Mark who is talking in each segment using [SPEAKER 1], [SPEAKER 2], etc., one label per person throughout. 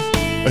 [SPEAKER 1] A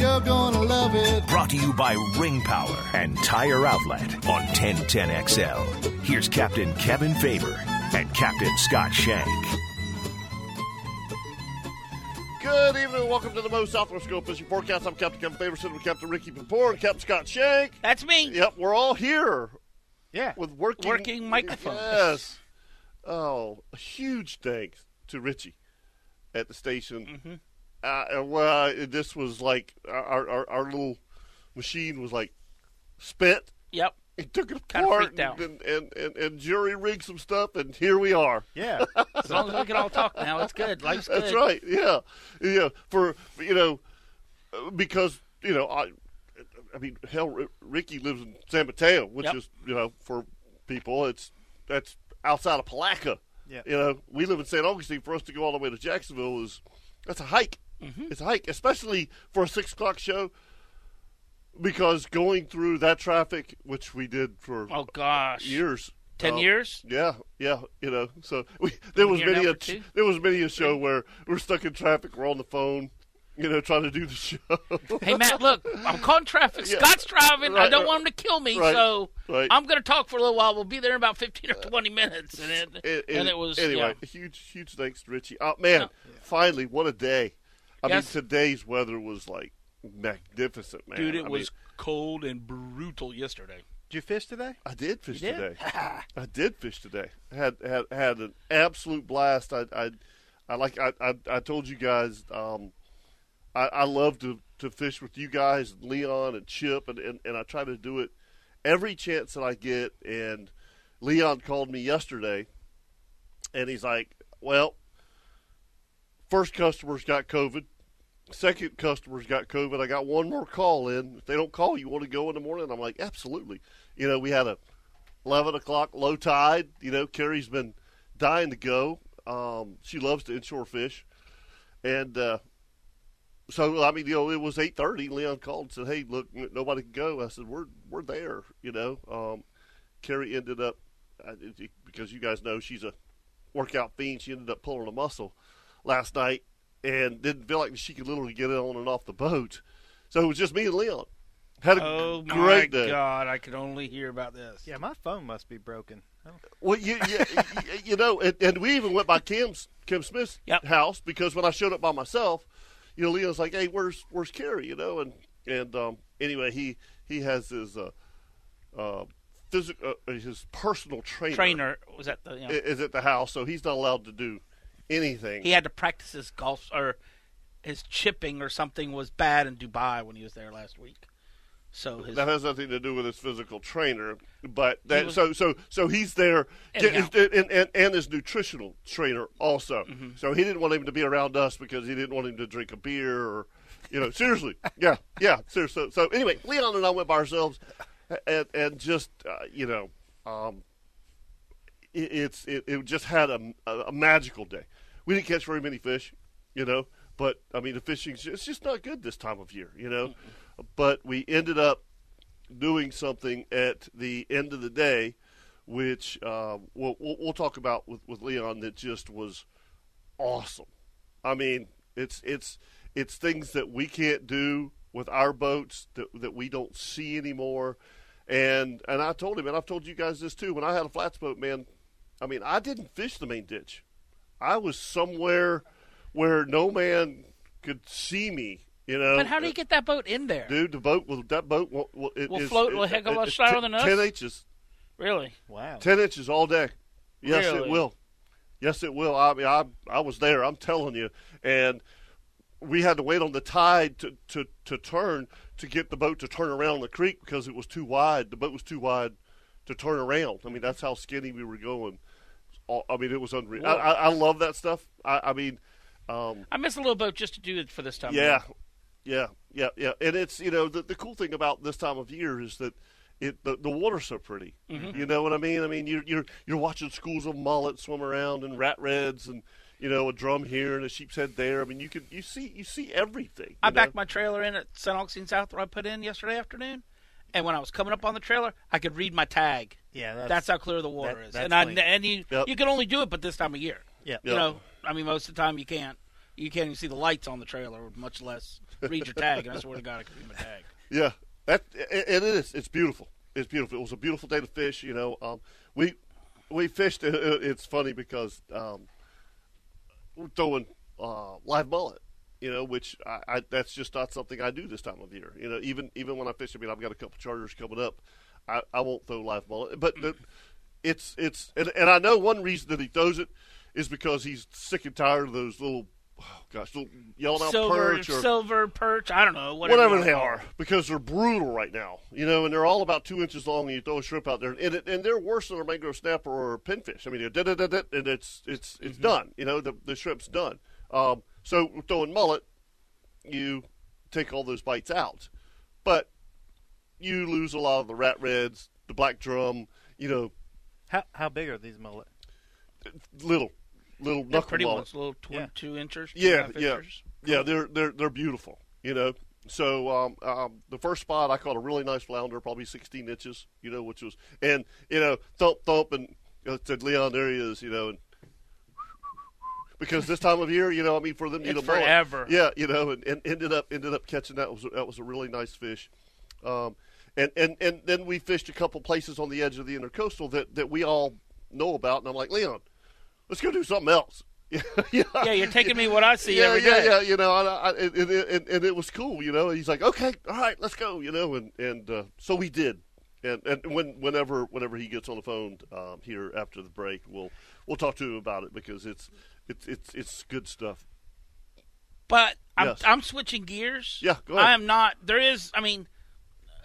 [SPEAKER 2] You're gonna love it.
[SPEAKER 3] Brought to you by Ring Power and Tire Outlet on 1010XL. Here's Captain Kevin Faber and Captain Scott Shank.
[SPEAKER 1] Good evening, welcome to the Moe's Southwest Grill Fishing Forecast. I'm Captain Kevin Faber, sitting with Captain Ricky Papour and Captain Scott Shank.
[SPEAKER 4] That's me.
[SPEAKER 1] Yep, we're all here
[SPEAKER 5] Yeah.
[SPEAKER 1] with working
[SPEAKER 4] Working microphone.
[SPEAKER 1] Yes. Oh, a huge thanks to Richie at the
[SPEAKER 4] Mm-hmm.
[SPEAKER 1] station. Uh, and well, I- this was like our, our our little machine was like spit.
[SPEAKER 4] Yep.
[SPEAKER 1] It took it
[SPEAKER 4] Kinda
[SPEAKER 1] apart
[SPEAKER 4] freaked out.
[SPEAKER 1] and, and, and, and jury rigged some stuff, and here we are.
[SPEAKER 5] yeah.
[SPEAKER 4] As long as we can all talk now, it's good. Life's good.
[SPEAKER 1] That's right. Yeah, yeah. For for, you know, uh, because you know, I, I mean, hell, R- Ricky lives in San Mateo, which
[SPEAKER 4] Yep.
[SPEAKER 1] is you know, for people, it's that's outside of Palaca.
[SPEAKER 5] Yeah.
[SPEAKER 1] You know, we live in San Augustine. For us to go all the way to Jacksonville is that's a hike.
[SPEAKER 4] Mm-hmm.
[SPEAKER 1] It's a hike, especially for a six o'clock show. Because going through that traffic, which we did for
[SPEAKER 4] Oh gosh.
[SPEAKER 1] years,
[SPEAKER 4] Ten
[SPEAKER 1] uh,
[SPEAKER 4] years.
[SPEAKER 1] yeah, yeah, you know. So we, there was
[SPEAKER 4] here
[SPEAKER 1] many
[SPEAKER 4] now
[SPEAKER 1] a
[SPEAKER 4] for two?
[SPEAKER 1] there was many a show where we're stuck in traffic, we're on the phone, you know, trying to do the show.
[SPEAKER 4] Hey Matt, look, I'm caught in traffic.
[SPEAKER 1] Yeah.
[SPEAKER 4] Scott's driving. I
[SPEAKER 1] Right,
[SPEAKER 4] don't
[SPEAKER 1] right.
[SPEAKER 4] want him to kill me,
[SPEAKER 1] Right,
[SPEAKER 4] so
[SPEAKER 1] right.
[SPEAKER 4] I'm going to talk for a little while. We'll be there in about 15 or 20 minutes, and it,
[SPEAKER 1] And-
[SPEAKER 4] and
[SPEAKER 1] and
[SPEAKER 4] it was
[SPEAKER 1] anyway.
[SPEAKER 4] yeah.
[SPEAKER 1] Huge, huge thanks to Richie. Oh man, finally, what a day! I
[SPEAKER 4] Yes.
[SPEAKER 1] mean, today's weather was like magnificent, man.
[SPEAKER 4] Dude,
[SPEAKER 1] I
[SPEAKER 4] it
[SPEAKER 1] mean,
[SPEAKER 4] was cold and brutal yesterday.
[SPEAKER 5] Did you fish today?
[SPEAKER 1] I did fish
[SPEAKER 5] You
[SPEAKER 1] today.
[SPEAKER 5] did?
[SPEAKER 1] I did fish today. Had had had an absolute blast. I I, I like I, I I told you guys um, I, I love to, to fish with you guys, Leon and Chip, and, and, and I try to do it every chance that I get. And Leon called me yesterday, and he's like, "Well, first customer's got COVID." Second customer's got COVID. I got one more call in. If they don't call, you want to go in the morning? I'm like, absolutely. You know, we had a 11 o'clock low tide. You know, Carrie's been dying to go. Um, she loves to inshore fish. And uh, so, I mean, you know, it was 8.30. Leon called and said, hey, look, n- nobody can go. I said, we're, we're there, you know. Um, Carrie ended up, I- it- it- because you guys know she's a workout fiend, she ended up pulling a muscle last night and didn't feel like she could literally get it on and off the boat. So it was just me and Leon. Had a
[SPEAKER 4] Oh my
[SPEAKER 1] great day.
[SPEAKER 4] God! I could only hear about this.
[SPEAKER 5] Yeah, my phone must be broken. I don't-
[SPEAKER 1] Well, you you, you- you know, and, and we even went by Kim's Kim Smith's
[SPEAKER 4] Yep.
[SPEAKER 1] house because when I showed up by myself, you know, Leon's like, "Hey, where's where's Carrie?" You know, and and um, anyway, he he has his uh, uh, physical uh, his personal trainer,
[SPEAKER 4] Trainer was at the. You
[SPEAKER 1] i-
[SPEAKER 4] know,
[SPEAKER 1] is at the house, so he's not allowed to do anything.
[SPEAKER 4] he had to practice his golf or his chipping or something was bad in Dubai when he was there last week. So his
[SPEAKER 1] That has nothing to do with his physical trainer, but that
[SPEAKER 4] was-
[SPEAKER 1] so so so he's there,
[SPEAKER 4] Anyhow.
[SPEAKER 1] and, and, and, his nutritional trainer also.
[SPEAKER 4] Mm-hmm.
[SPEAKER 1] So he didn't want him to be around us because he didn't want him to drink a beer or, you know, seriously, yeah, yeah, seriously. So, so anyway, Leon and I went by ourselves, and and just uh, you know, um, it, it's it, it just had a, a magical day. We didn't catch very many fish, you know, but I mean the fishing's it's just not good this time of year, you know. But we ended up doing something at the end of the day, which uh, we'll, we'll we'll talk about with with Leon that just was awesome. I mean, it's it's it's things that we can't do with our boats that that we don't see anymore. And and I told him, and I've told you guys this too. When I had a flats boat, man, I mean, I didn't fish the main ditch. I was somewhere where no man could see me. You know,
[SPEAKER 4] But how do you get that boat in there?
[SPEAKER 1] dude? The boat will that boat will, will, it
[SPEAKER 4] Will
[SPEAKER 1] is-
[SPEAKER 4] float
[SPEAKER 1] it-
[SPEAKER 4] a heck of a
[SPEAKER 1] it-
[SPEAKER 4] lot
[SPEAKER 1] it's
[SPEAKER 4] slower
[SPEAKER 1] ten-
[SPEAKER 4] than us?
[SPEAKER 1] Ten inches,
[SPEAKER 4] Really?
[SPEAKER 5] Wow.
[SPEAKER 1] ten inches all day. Yes, it
[SPEAKER 4] Really?
[SPEAKER 1] will. Yes, it will. I mean, I I was there. I'm telling you, and we had to wait on the tide to, to, to turn to get the boat to turn around the creek because it was too wide. The boat was too wide to turn around. I mean, that's how skinny we were going. All- I mean, it was unreal. I,
[SPEAKER 4] Whoa.
[SPEAKER 1] I, I love that stuff. I, I mean, um,
[SPEAKER 4] I miss a little boat just to do it for this time. of
[SPEAKER 1] yeah,
[SPEAKER 4] year.
[SPEAKER 1] yeah, yeah, yeah. And it's you know the the cool thing about this time of year is that it the, the water's so pretty. You know what I mean? I mean you're you're you're watching schools of mullet swim around and rat reds and you know a drum here and a sheep's head there. I mean you can you see you see everything.
[SPEAKER 4] I
[SPEAKER 1] you know?
[SPEAKER 4] backed my trailer in at St. Augustine South where I put in yesterday afternoon, and when I was coming up on the trailer, I could read my tag.
[SPEAKER 5] Yeah, that's-
[SPEAKER 4] how clear the water
[SPEAKER 5] that-
[SPEAKER 4] is.
[SPEAKER 5] that's
[SPEAKER 4] And I
[SPEAKER 5] clean.
[SPEAKER 4] and you
[SPEAKER 1] Yep.
[SPEAKER 4] you can only do it, but this time of year.
[SPEAKER 5] Yeah.
[SPEAKER 4] You
[SPEAKER 1] Yep.
[SPEAKER 4] know, I mean, most of the time you can't. You can't even see the lights on the trailer, much less read your tag. And I swear to God, I could read my tag.
[SPEAKER 1] Yeah, that a- and it is. It's beautiful. It's beautiful. It was a beautiful day to fish. You know, um, we we fished. it- it- It's funny because um, we're throwing uh, live mullet. You know, which I, I that's just not something I do this time of year. You know, even even when I fish, I mean, I've got a couple charters coming up. I, I won't throw live mullet, but the, it's it's and, and I know one reason that he throws it is because he's sick and tired of those little. Oh gosh, little yellowmouth
[SPEAKER 4] silver,
[SPEAKER 1] perch or
[SPEAKER 4] silver perch. I don't know. Whatever,
[SPEAKER 1] whatever
[SPEAKER 4] you
[SPEAKER 1] they
[SPEAKER 4] wanna call
[SPEAKER 1] are, because they're brutal right now, you know, and they're all about two inches long. And you throw a shrimp out there, and, it, and they're worse than a mangrove snapper or a pinfish. I mean, they're da-da-da-da, and it's it's it's
[SPEAKER 4] Mm-hmm.
[SPEAKER 1] done. You know, the the shrimp's done. Um, so we're throwing mullet, you take all those bites out, but you lose a lot of the rat reds, the black drum, you know,
[SPEAKER 5] How how big are these mullet?
[SPEAKER 1] little little
[SPEAKER 4] They're
[SPEAKER 1] knuckle
[SPEAKER 4] pretty
[SPEAKER 1] mullet.
[SPEAKER 4] ones, little twenty-two inches. two
[SPEAKER 1] Yeah,
[SPEAKER 4] and a half
[SPEAKER 1] yeah,
[SPEAKER 4] inches.
[SPEAKER 1] yeah. They're they're they're beautiful. You know. So um, um, the first spot I caught a really nice flounder, probably 16 inches. You know, which was and you know thump thump and you know, said Leon, there he is. You know, and because this time of year, you know, I mean, for them to eat
[SPEAKER 4] It's
[SPEAKER 1] a mullet-
[SPEAKER 4] forever.
[SPEAKER 1] Yeah, you know, and, and ended up ended up catching that was that was a really nice fish. Um, and, and, and then we fished a couple places on the edge of the intercoastal that, that we all know about. And I'm like, Leon, let's go do something else. yeah,
[SPEAKER 4] Yeah, you're taking me what I see
[SPEAKER 1] yeah,
[SPEAKER 4] every
[SPEAKER 1] yeah,
[SPEAKER 4] day.
[SPEAKER 1] yeah. You know, and, I, and, and, and, and it was cool. You know, he's like, okay, all right, let's go. You know, and and uh, so we did. And, and when whenever whenever he gets on the phone um, here after the break, we'll we'll talk to him about it because it's it's it's it's good stuff.
[SPEAKER 4] But I'm,
[SPEAKER 1] Yes.
[SPEAKER 4] I'm switching gears.
[SPEAKER 1] Yeah, go ahead.
[SPEAKER 4] I am not. There is. I mean,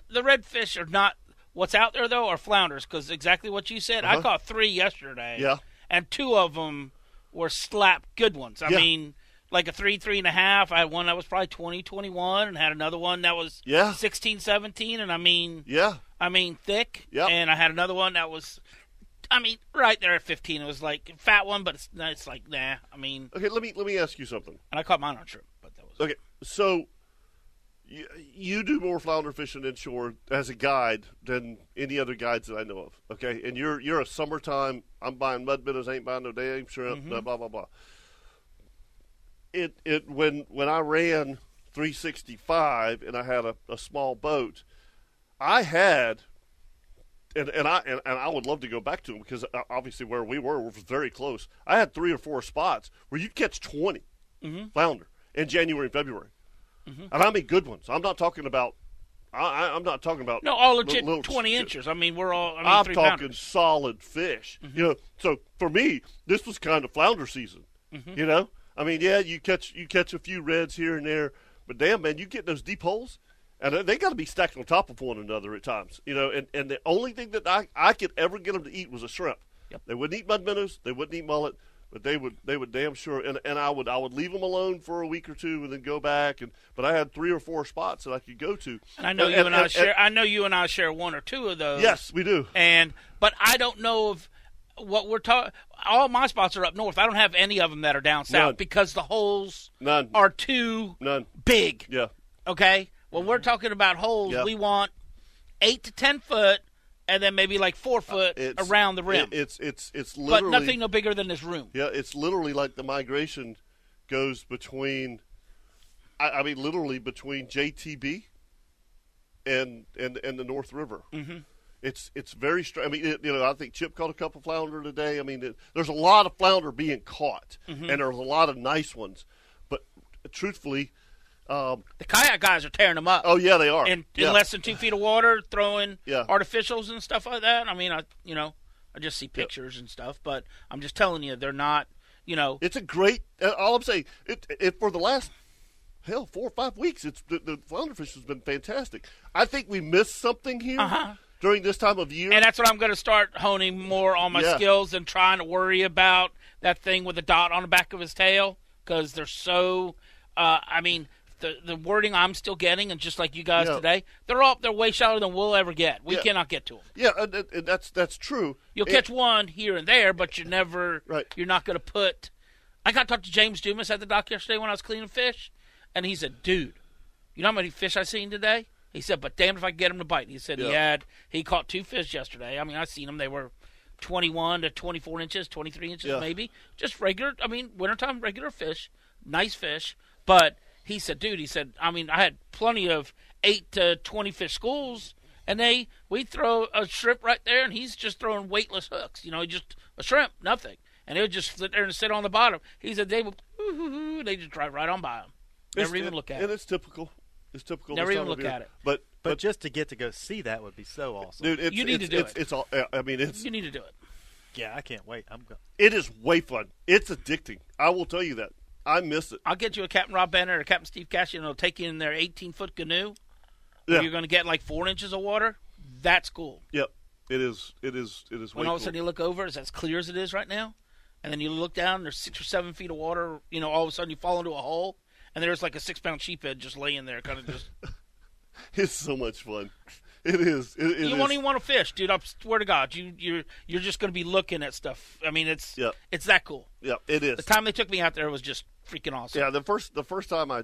[SPEAKER 4] the redfish are not. What's out there though are flounders because exactly what you said. I caught three yesterday.
[SPEAKER 1] Uh-huh. Yeah.
[SPEAKER 4] And two of them were slap good ones. I
[SPEAKER 1] Yeah.
[SPEAKER 4] mean, like a three, three and a half. I had one that was probably 20, 21, and had another one that was
[SPEAKER 1] Yeah.
[SPEAKER 4] 16, 17. And I mean,
[SPEAKER 1] Yeah,
[SPEAKER 4] I mean, thick.
[SPEAKER 1] Yep.
[SPEAKER 4] And I had another one that was, I mean, right there at 15. It was like a fat one, but it's, it's like, nah. I mean,
[SPEAKER 1] Okay, let me let me ask you something.
[SPEAKER 4] and I caught mine on shrimp, but that was.
[SPEAKER 1] Okay, so you, you do more flounder fishing inshore as a guide than any other guides that I know of. Okay, and you're you're a summertime. I'm buying mud minnows, ain't buying no damn shrimp. Blah blah blah blah. It it when when I ran 365 and I had a, a small boat, I had and, and I and, and I would love to go back to them because uh, obviously where we were was very close. I had three or four spots where you'd catch 20
[SPEAKER 4] Mm-hmm.
[SPEAKER 1] flounder in January and February, and I mean good ones. I'm not talking about. I, I- I'm not talking about
[SPEAKER 4] No, all
[SPEAKER 1] li-
[SPEAKER 4] legit
[SPEAKER 1] little-
[SPEAKER 4] twenty inches. I mean, we're all. I mean,
[SPEAKER 1] I'm
[SPEAKER 4] three
[SPEAKER 1] talking
[SPEAKER 4] pounders. Mm-hmm.
[SPEAKER 1] solid fish. You know, so for me, this was kind of flounder season.
[SPEAKER 4] Mm-hmm.
[SPEAKER 1] You know, I mean, yeah, you catch you catch a few reds here and there, but damn man, you get those deep holes, and they- they got to be stacked on top of one another at times. You know, and and the only thing that I I could ever get them to eat was a shrimp.
[SPEAKER 4] Yep.
[SPEAKER 1] They wouldn't eat mud minnows. They wouldn't eat mullet. But they would, they would damn sure, and, and I would, I would leave them alone for a week or two, and then go back. And but I had three or four spots that I could go to.
[SPEAKER 4] And I know you and, I share. I know you and I share one or two of those.
[SPEAKER 1] Yes, we do.
[SPEAKER 4] And but I don't know if what we're talking. All my spots are up north. I don't have any of them that are down south
[SPEAKER 1] None.
[SPEAKER 4] because the holes
[SPEAKER 1] None.
[SPEAKER 4] are too
[SPEAKER 1] None.
[SPEAKER 4] big.
[SPEAKER 1] Yeah.
[SPEAKER 4] Okay. When we're talking about holes,
[SPEAKER 1] Yeah.
[SPEAKER 4] we want eight to ten foot, and then maybe like four foot
[SPEAKER 1] Uh, It's-
[SPEAKER 4] around the rim.
[SPEAKER 1] it- it's it's it's
[SPEAKER 4] but
[SPEAKER 1] literally
[SPEAKER 4] nothing no bigger than this room.
[SPEAKER 1] yeah, it's literally like the migration goes between. I, I mean, literally between JTB and and and the North River. Mm-hmm. It's it's very strange. I mean, it, you know, I think Chip caught a couple flounder today. I mean, it, there's a lot of flounder being caught,
[SPEAKER 4] Mm-hmm.
[SPEAKER 1] and there's a lot of nice ones. But truthfully, um,
[SPEAKER 4] The kayak guys are tearing them up.
[SPEAKER 1] oh yeah, they are.
[SPEAKER 4] in,
[SPEAKER 1] yeah.
[SPEAKER 4] in less than two feet of water, throwing
[SPEAKER 1] Yeah.
[SPEAKER 4] artificials and stuff like that. I mean, I you know, I just see pictures and stuff, but I'm just telling you, they're not. You know,
[SPEAKER 1] It's a great. Uh, all I'm saying, it, it for the last hell four or five weeks, it's the, the flounder fish has been fantastic. I think we missed something here during this time of year.
[SPEAKER 4] Uh-huh. and that's what I'm going to start honing more on my
[SPEAKER 1] Yeah.
[SPEAKER 4] skills and trying to worry about that thing with the dot on the back of his tail because they're so. Uh, I mean. The, the wording I'm still getting, and just like you guys
[SPEAKER 1] Yeah.
[SPEAKER 4] today, they're all they're way shallower than we'll ever get. We
[SPEAKER 1] Yeah.
[SPEAKER 4] cannot get to them.
[SPEAKER 1] yeah, and, and- and that's that's true.
[SPEAKER 4] You'll
[SPEAKER 1] And-
[SPEAKER 4] catch one here and there, but you never.
[SPEAKER 1] Right.
[SPEAKER 4] You're not going to put. I got to talk to James Dumas at the dock yesterday when I was cleaning fish, and he said, "Dude, you know how many fish I seen today?" He said, "But damned if I can get him to bite." He said he
[SPEAKER 1] Yeah.
[SPEAKER 4] had he caught two fish yesterday. I mean, I seen them. They were 21 to 24 inches, 23 inches
[SPEAKER 1] Yeah.
[SPEAKER 4] maybe. Just regular. I mean, wintertime regular fish, nice fish. But he said, "Dude," he said, "I mean, I had plenty of eight to 20 fish schools." and they we throw a shrimp right there, and he's just throwing weightless hooks. You know, just a shrimp, nothing, and they'll just sit there and sit on the bottom. He said they would, they just drive right on by him,
[SPEAKER 1] it's-
[SPEAKER 4] never even look at
[SPEAKER 1] And
[SPEAKER 4] it.
[SPEAKER 1] it's typical. It's typical.
[SPEAKER 4] Never
[SPEAKER 1] this
[SPEAKER 4] even
[SPEAKER 1] time of
[SPEAKER 4] look
[SPEAKER 1] year.
[SPEAKER 4] at it.
[SPEAKER 1] But
[SPEAKER 5] But, just to get to go see that would be so awesome.
[SPEAKER 1] dude, it's,
[SPEAKER 4] You need
[SPEAKER 1] it's,
[SPEAKER 4] to do
[SPEAKER 1] it's,
[SPEAKER 4] it.
[SPEAKER 1] It's all. I mean, it's
[SPEAKER 4] You need to do it.
[SPEAKER 5] yeah, I can't wait. I'm go-
[SPEAKER 1] it is way fun. It's addicting. I will tell you that. I miss it.
[SPEAKER 4] I'll get you a Captain Rob Banner or Captain Steve Cash, and it'll take you in their 18 foot canoe.
[SPEAKER 1] Yeah.
[SPEAKER 4] Where you're going to get like four inches of water. That's cool.
[SPEAKER 1] Yep. It is. It is. It is.
[SPEAKER 4] when
[SPEAKER 1] way
[SPEAKER 4] all of
[SPEAKER 1] cool.
[SPEAKER 4] a sudden you look over, it's as clear as it is right now, and then you look down, there's six or seven feet of water. You know, all of a sudden you fall into a hole, and there's like a six pound sheephead just laying there, kind of just.
[SPEAKER 1] it's so much fun. It is. It, it
[SPEAKER 4] you
[SPEAKER 1] is.
[SPEAKER 4] won't even want to fish, dude. I swear to God, you you're you're just going to be looking at stuff. I mean, it's
[SPEAKER 1] Yeah.
[SPEAKER 4] it's that cool.
[SPEAKER 1] Yep. It is.
[SPEAKER 4] The time they took me out there was just freaking awesome.
[SPEAKER 1] Yeah, the first the first time I,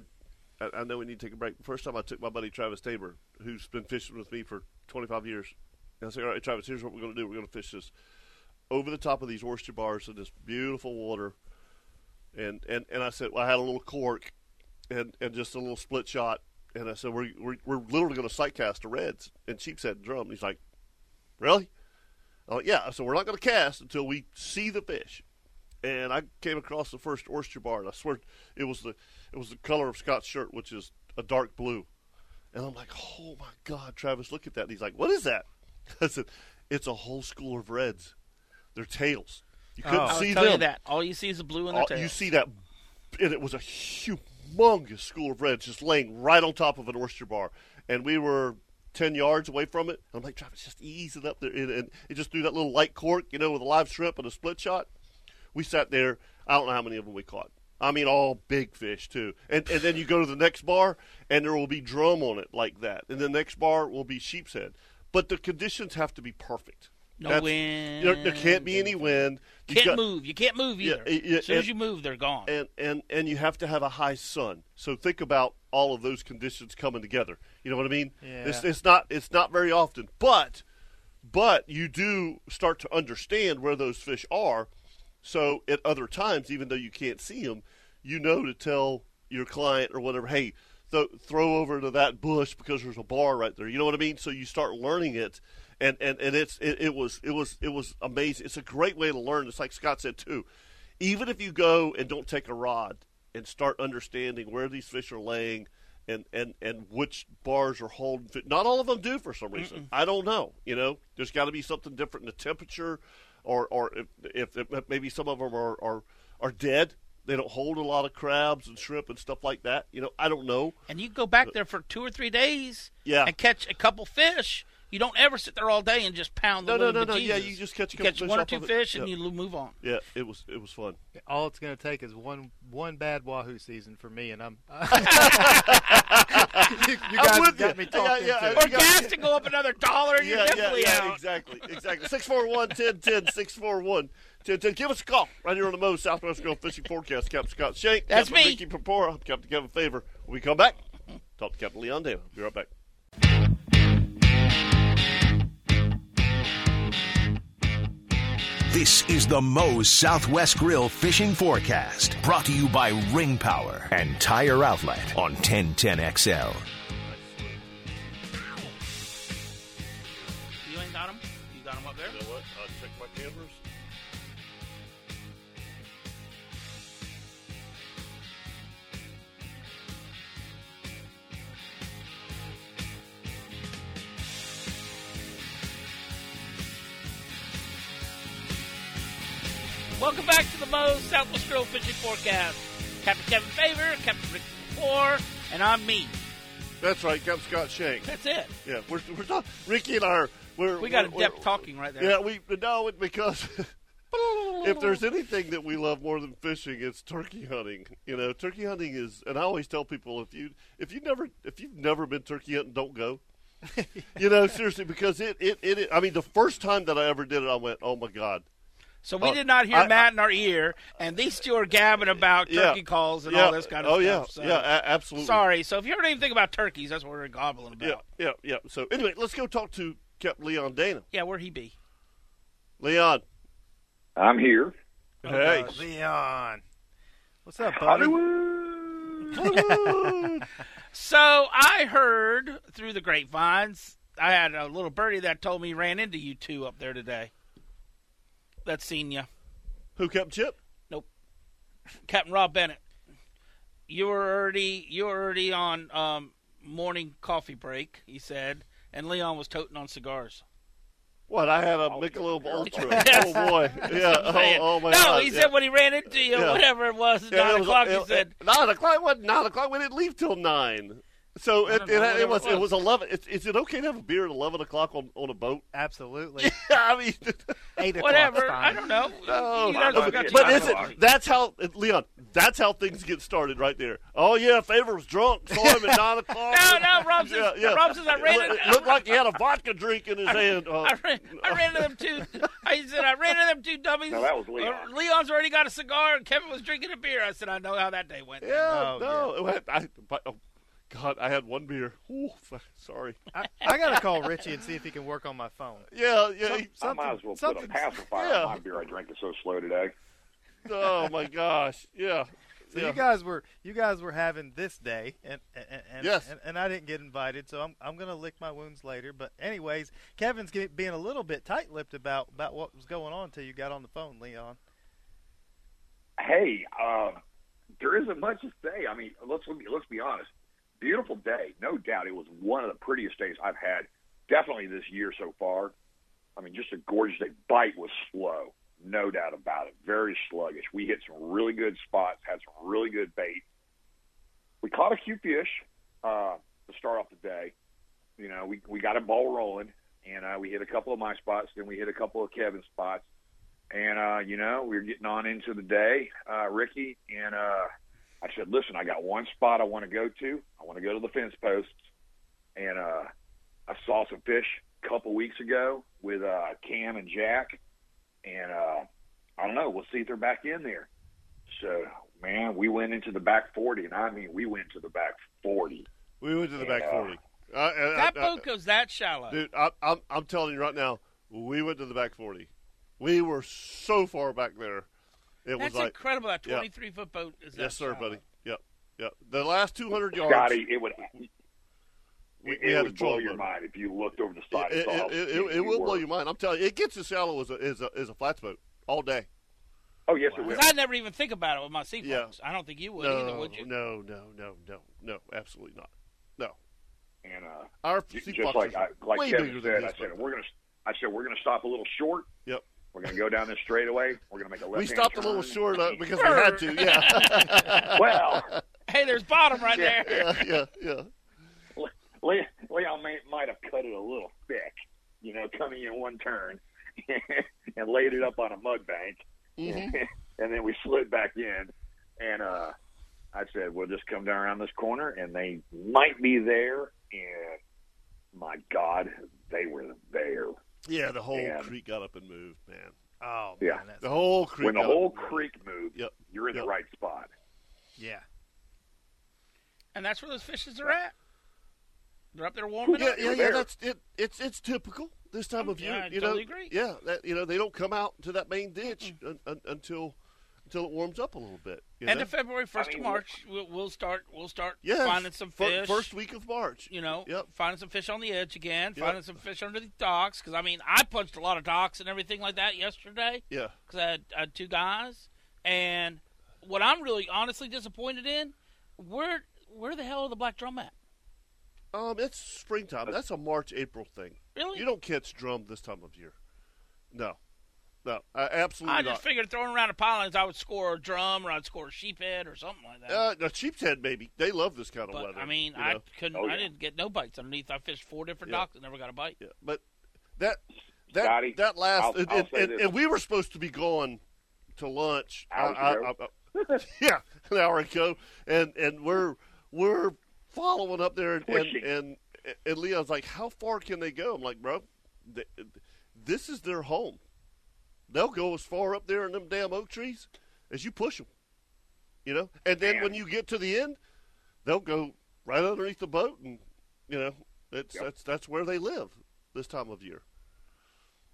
[SPEAKER 1] I, I know we need to take a break. The first time I took my buddy Travis Tabor, who's been fishing with me for 25 years, and I said, "All right, Travis, here's what we're going to do. We're going to fish this over the top of these oyster bars in this beautiful water." And and and I said, well, I had a little cork, and and just a little split shot, and I said, "We're we're, we're literally going to sight cast the reds and sheepshead and drum." And he's like, "Really?" I'm like, "Yeah." So we're not going to cast until we see the fish and I came across the first oyster bar, and I swear it was the it was the color of Scott's shirt, which is a dark blue. And I'm like, oh my God, Travis, look at that. And he's like, what is that? I said, it's a whole school of reds. They're tails. You couldn't
[SPEAKER 4] Oh. I
[SPEAKER 1] see
[SPEAKER 4] will tell
[SPEAKER 1] them.
[SPEAKER 4] you that all you see is the blue in their
[SPEAKER 1] All-
[SPEAKER 4] tail.
[SPEAKER 1] you see that, and it was a humongous school of reds just laying right on top of an oyster bar, and we were ten yards away from it. And I'm like, Travis, just ease it up there, and, and it just threw that little light cork, you know, with a live shrimp and a split shot. We sat there. I don't know how many of them we caught. I mean, all big fish too. And and then you go to the next bar, and there will be drum on it like that, and the next bar will be sheep's head. But the conditions have to be perfect.
[SPEAKER 4] No
[SPEAKER 1] That's- There, there can't be any wind. You
[SPEAKER 4] can't
[SPEAKER 1] got-
[SPEAKER 4] move. You can't move
[SPEAKER 1] Yeah,
[SPEAKER 4] either.
[SPEAKER 1] it- yeah,
[SPEAKER 4] as soon
[SPEAKER 1] it-
[SPEAKER 4] as you move, they're gone.
[SPEAKER 1] and and and you have to have a high sun. So think about all of those conditions coming together. You know what I mean?
[SPEAKER 5] Yeah.
[SPEAKER 1] It's, it's not it's not very often, but but you do start to understand where those fish are. So at other times, even though you can't see them, you know to tell your client or whatever, hey, th- throw over to that bush because there's a bar right there. You know what I mean? So you start learning it, and and and it's it, it was it was it was amazing. It's a great way to learn. It's like Scott said too. Even if you go and don't take a rod and start understanding where these fish are laying, and and and which bars are holding fit. Not all of them do for some reason. I don't know. You know, there's got to be something different in the temperature, or or if, if, if maybe some of them are, are are dead. They don't hold a lot of crabs and shrimp and stuff like that. You know, I don't know.
[SPEAKER 4] and you go back there for two or three days
[SPEAKER 1] uh, Yeah.
[SPEAKER 4] and catch a couple fish. You don't ever sit there all day and just pound the
[SPEAKER 1] No, no, no,
[SPEAKER 4] living
[SPEAKER 1] no. Yeah,
[SPEAKER 4] bejesus.
[SPEAKER 1] you just catch a
[SPEAKER 4] You
[SPEAKER 1] couple
[SPEAKER 4] catch
[SPEAKER 1] fish
[SPEAKER 4] one or
[SPEAKER 1] off
[SPEAKER 4] two
[SPEAKER 1] of it.
[SPEAKER 4] fish and
[SPEAKER 1] Yeah.
[SPEAKER 4] you move on.
[SPEAKER 1] Yeah, it was it was fun.
[SPEAKER 5] all it's going to take is one one bad Wahoo season for me, and I'm. you, you
[SPEAKER 1] I'm
[SPEAKER 5] guys
[SPEAKER 1] with
[SPEAKER 5] got
[SPEAKER 1] you.
[SPEAKER 5] me talking
[SPEAKER 1] Yeah, yeah,
[SPEAKER 5] to
[SPEAKER 1] I-
[SPEAKER 4] Or gas to go up another dollar, and you're
[SPEAKER 1] yeah, yeah,
[SPEAKER 4] definitely
[SPEAKER 1] yeah,
[SPEAKER 4] out.
[SPEAKER 1] exactly, exactly. 641 1010, 641 1010. Give us a call right here on the Mo Southwest Grill Fishing Forecast. Captain Scott Shank.
[SPEAKER 4] That's
[SPEAKER 1] Captain
[SPEAKER 4] me.
[SPEAKER 1] Ricky Papora. I'm Captain Kevin Favor. When we come back, talk to Captain Leon Davis. Be right back.
[SPEAKER 3] This is the Moe's Southwest Grill Fishing Forecast, brought to you by Ring Power and Tire Outlet on 1010XL.
[SPEAKER 4] You ain't got 'em? Welcome back to the Moe's Southwest Grill Fishing Forecast. Captain Kevin Favor, Captain Rick Moore, and I'm me.
[SPEAKER 1] That's right, Captain Scott Shank.
[SPEAKER 4] That's it.
[SPEAKER 1] Yeah, we're, we're not, Ricky and I are. We're,
[SPEAKER 4] We got
[SPEAKER 1] we're-
[SPEAKER 4] a depth
[SPEAKER 1] we're-
[SPEAKER 4] talking right there.
[SPEAKER 1] Yeah, we no because if there's anything that we love more than fishing, it's turkey hunting. You know, turkey hunting is, and I always tell people if you if you never if you've never been turkey hunting, don't go. you know, seriously, because it, it it I mean, the first time that I ever did it, I went, oh my god.
[SPEAKER 4] So we
[SPEAKER 1] Oh,
[SPEAKER 4] did not hear
[SPEAKER 1] I-
[SPEAKER 4] Matt in our ear, and these two are gabbing about
[SPEAKER 1] Yeah.
[SPEAKER 4] turkey calls and
[SPEAKER 1] yeah.
[SPEAKER 4] all this kind of
[SPEAKER 1] oh,
[SPEAKER 4] stuff.
[SPEAKER 1] yeah,
[SPEAKER 4] so.
[SPEAKER 1] yeah, a- absolutely.
[SPEAKER 4] Sorry. So if you heard anything about turkeys, that's what we're gobbling about.
[SPEAKER 1] Yeah, yeah, yeah. So anyway, let's go talk to Captain Leon Dana.
[SPEAKER 4] Yeah, where'd he be?
[SPEAKER 1] Leon.
[SPEAKER 6] I'm here.
[SPEAKER 4] Oh,
[SPEAKER 1] hey.
[SPEAKER 5] Leon. What's up, buddy?
[SPEAKER 6] Hollywood.
[SPEAKER 4] So I heard through the grapevines, I had a little birdie that told me he ran into you two up there today. That's seen you.
[SPEAKER 1] Who Captain Chip?
[SPEAKER 4] Captain Rob Bennett. You were already you were already on um, morning coffee break, he said, and Leon was toting on cigars.
[SPEAKER 1] What I had a
[SPEAKER 4] Oh,
[SPEAKER 1] Michelob Ultra. oh boy, yeah. Oh,
[SPEAKER 4] Man.
[SPEAKER 1] oh my
[SPEAKER 4] no,
[SPEAKER 1] god.
[SPEAKER 4] he
[SPEAKER 1] yeah.
[SPEAKER 4] said when he ran into you,
[SPEAKER 1] Yeah.
[SPEAKER 4] whatever it was,
[SPEAKER 1] Yeah,
[SPEAKER 4] nine
[SPEAKER 1] it was-
[SPEAKER 4] o'clock.
[SPEAKER 1] it-
[SPEAKER 4] he said,
[SPEAKER 1] it- nine o'clock. It wasn't nine o'clock. We didn't leave till nine. So
[SPEAKER 4] I
[SPEAKER 1] it,
[SPEAKER 4] don't
[SPEAKER 1] it,
[SPEAKER 4] know,
[SPEAKER 1] it
[SPEAKER 4] whatever
[SPEAKER 1] was it
[SPEAKER 4] it was.
[SPEAKER 1] was eleven. Is, is it okay to have a beer at eleven o'clock on, on a boat?
[SPEAKER 5] Absolutely.
[SPEAKER 1] I mean,
[SPEAKER 5] Eight o'clock.
[SPEAKER 4] "Whatever,
[SPEAKER 5] fine.
[SPEAKER 4] I don't know."
[SPEAKER 1] no,
[SPEAKER 4] you guys
[SPEAKER 6] but-
[SPEAKER 4] forgot
[SPEAKER 1] but,
[SPEAKER 4] to
[SPEAKER 6] but
[SPEAKER 4] talk
[SPEAKER 1] is
[SPEAKER 6] isn't-
[SPEAKER 4] about it.
[SPEAKER 1] it? That's how Leon. That's how things get started right there. Oh yeah, Favor was drunk. Saw him at nine o'clock.
[SPEAKER 4] No, no, Rob says, Rob says I ran
[SPEAKER 1] It,
[SPEAKER 4] into.
[SPEAKER 1] looked like he had a vodka drink in his hand. Uh,
[SPEAKER 4] I ran, I ran into them two. I said I ran into them two dummies.
[SPEAKER 6] No, that was Leon.
[SPEAKER 4] Uh, Leon's already got a cigar, and Kevin was drinking a beer. I said I know how that day went.
[SPEAKER 1] yeah,
[SPEAKER 6] Oh,
[SPEAKER 5] No,
[SPEAKER 1] no. I, but, oh, God, I had one beer. Ooh, f- sorry.
[SPEAKER 5] I, I gotta call Richie and see if he can work on my phone.
[SPEAKER 1] Yeah, yeah. he-
[SPEAKER 6] I might as well put a
[SPEAKER 5] something-
[SPEAKER 6] pacifier
[SPEAKER 1] yeah.
[SPEAKER 6] on my beer. I drank it so slow today.
[SPEAKER 1] oh my gosh. Yeah.
[SPEAKER 5] So
[SPEAKER 1] yeah.
[SPEAKER 5] you guys were you guys were having this day, and and and,
[SPEAKER 1] Yes.
[SPEAKER 5] and, and I didn't get invited, so I'm I'm gonna lick my wounds later. But anyways, Kevin's ge- being a little bit tight-lipped about about what was going on until you got on the phone, Leon.
[SPEAKER 6] Hey, uh, there isn't much to say. I mean, let's let's be honest. Beautiful day, no doubt. It was one of the prettiest days I've had, definitely this year so far. I mean, just a gorgeous day. Bite was slow, no doubt about it. Very sluggish. We hit some really good spots, had some really good bait. We caught a few fish uh, to start off the day. You know, we we got a ball rolling, and uh, we hit a couple of my spots. Then we hit a couple of Kevin's spots. And uh, you know, we were getting on into the day, uh, Ricky, and uh I said, Listen, I got one spot I wanna go to. I wanna go to the fence posts and uh I saw some fish a couple weeks ago with uh Cam and Jack and uh I don't know, we'll see if they're back in there. So man, we went into the back forty and I mean we went to the back forty.
[SPEAKER 1] We went to the back
[SPEAKER 6] Yeah.
[SPEAKER 1] forty. Uh, I, I,
[SPEAKER 4] That
[SPEAKER 1] I-
[SPEAKER 4] boat goes that shallow.
[SPEAKER 1] I- dude, I, I'm I'm telling you right now, we went to the back forty. We were so far back there. It
[SPEAKER 4] That's
[SPEAKER 1] was like,
[SPEAKER 4] incredible. That
[SPEAKER 1] yeah.
[SPEAKER 4] 23 foot boat is that
[SPEAKER 1] yes, sir,
[SPEAKER 4] shallow.
[SPEAKER 1] buddy. Yep, yep. The last 200 yards,
[SPEAKER 6] Scotty, it would
[SPEAKER 1] we,
[SPEAKER 6] it,
[SPEAKER 1] we had a
[SPEAKER 6] would blow
[SPEAKER 1] troll
[SPEAKER 6] your
[SPEAKER 1] boat.
[SPEAKER 6] mind if you looked over the
[SPEAKER 1] It,
[SPEAKER 6] side
[SPEAKER 1] it,
[SPEAKER 6] and saw
[SPEAKER 1] it,
[SPEAKER 6] how
[SPEAKER 1] it-
[SPEAKER 6] big
[SPEAKER 1] it
[SPEAKER 6] we
[SPEAKER 1] will blow
[SPEAKER 6] were.
[SPEAKER 1] your mind. I'm telling you, it gets as shallow as a as a, as a flats boat all day.
[SPEAKER 6] Oh yes it will.
[SPEAKER 4] Because I never even think about it with my sea
[SPEAKER 1] Yeah.
[SPEAKER 4] fox. I don't think you would
[SPEAKER 1] no,
[SPEAKER 4] either, would you?
[SPEAKER 1] no, no, no, no, no, absolutely not. No,
[SPEAKER 6] And uh
[SPEAKER 1] our
[SPEAKER 6] J-
[SPEAKER 1] sea
[SPEAKER 6] just
[SPEAKER 1] fox
[SPEAKER 6] like
[SPEAKER 1] is
[SPEAKER 6] I, like
[SPEAKER 1] way
[SPEAKER 6] Kevin
[SPEAKER 1] bigger
[SPEAKER 6] said,
[SPEAKER 1] than
[SPEAKER 6] I
[SPEAKER 1] this
[SPEAKER 6] said
[SPEAKER 1] boat.
[SPEAKER 6] we're gonna. I said we're gonna stop a little short.
[SPEAKER 1] Yep.
[SPEAKER 6] We're gonna go down this straightaway. We're gonna make a left.
[SPEAKER 1] we stopped a little short uh, because we had to. Yeah.
[SPEAKER 6] well,
[SPEAKER 4] Hey, there's bottom right
[SPEAKER 6] Yeah.
[SPEAKER 4] there.
[SPEAKER 1] yeah, yeah, yeah.
[SPEAKER 6] Le- Le- Leon may, might have cut it a little thick, you know, coming in one turn, and laid it up on a mud bank,
[SPEAKER 1] Mhm.
[SPEAKER 6] and then we slid back in, and uh, I said we'll just come down around this corner, and they might be there, and my God, they were there.
[SPEAKER 1] Yeah, the whole
[SPEAKER 6] Yeah.
[SPEAKER 1] creek got up and moved, man.
[SPEAKER 5] Oh
[SPEAKER 6] Yeah.
[SPEAKER 5] man, that's
[SPEAKER 1] The whole creek.
[SPEAKER 6] when the
[SPEAKER 1] got up
[SPEAKER 6] whole
[SPEAKER 1] and moved.
[SPEAKER 6] creek moved,
[SPEAKER 1] Yep.
[SPEAKER 6] you're in
[SPEAKER 1] Yep.
[SPEAKER 6] the right spot.
[SPEAKER 5] yeah.
[SPEAKER 4] And that's where those fishes are at. They're up there warming
[SPEAKER 1] Yeah,
[SPEAKER 4] up.
[SPEAKER 1] yeah, yeah.
[SPEAKER 6] there.
[SPEAKER 1] That's it. It's it's typical this time of year.
[SPEAKER 4] Yeah, Mm, I
[SPEAKER 1] you
[SPEAKER 4] totally
[SPEAKER 1] know,
[SPEAKER 4] agree.
[SPEAKER 1] yeah, that, you know they don't come out to that main ditch un, un, until until it warms up a little bit. You
[SPEAKER 4] End
[SPEAKER 1] know?
[SPEAKER 4] of February, first
[SPEAKER 6] mean,
[SPEAKER 4] of March, we'll, we'll start. We'll start
[SPEAKER 1] Yes,
[SPEAKER 4] finding some
[SPEAKER 1] fir-
[SPEAKER 4] fish.
[SPEAKER 1] first week of March.
[SPEAKER 4] you know,
[SPEAKER 1] Yep.
[SPEAKER 4] finding some fish on the edge again,
[SPEAKER 1] Yep.
[SPEAKER 4] finding some fish under the docks. Because I mean, I punched a lot of docks and everything like that yesterday.
[SPEAKER 1] Yeah,
[SPEAKER 4] Because I, had- I had two guys, and what I'm really honestly disappointed in, where where the hell are the black drum at?
[SPEAKER 1] um, it's springtime. That's a March April thing.
[SPEAKER 4] Uh, Really?
[SPEAKER 1] You don't catch drum this time of year. No, No, uh, absolutely
[SPEAKER 4] I
[SPEAKER 1] not.
[SPEAKER 4] just figured throwing around a pilings, I would score a drum or I'd score a sheep head or something like that.
[SPEAKER 1] uh, now, sheep's head, maybe they love this kind of
[SPEAKER 4] but
[SPEAKER 1] weather.
[SPEAKER 4] I mean,
[SPEAKER 1] you
[SPEAKER 4] I
[SPEAKER 1] know?
[SPEAKER 4] couldn't.
[SPEAKER 6] Oh,
[SPEAKER 4] I
[SPEAKER 6] yeah.
[SPEAKER 4] didn't get no bites underneath. I fished four different
[SPEAKER 1] Yeah.
[SPEAKER 4] docks and never got a bite.
[SPEAKER 1] Yeah, but that that
[SPEAKER 6] Scotty,
[SPEAKER 1] that last
[SPEAKER 6] I'll-
[SPEAKER 1] and,
[SPEAKER 6] I'll say
[SPEAKER 1] and-
[SPEAKER 6] this.
[SPEAKER 1] and we were supposed to be gone to lunch.
[SPEAKER 6] Hours
[SPEAKER 1] I- yeah, an hour ago, and and we're we're following up there, and and,
[SPEAKER 6] Pushing.
[SPEAKER 1] and and Leon's like, "How far can they go?" I'm like, "Bro, th- this is their home. They'll go as far up there in them damn oak trees as you push them, you know. And then
[SPEAKER 6] Man.
[SPEAKER 1] when you get to the end, they'll go right underneath the boat, and you know, that's
[SPEAKER 6] Yep.
[SPEAKER 1] that's that's where they live this time of year.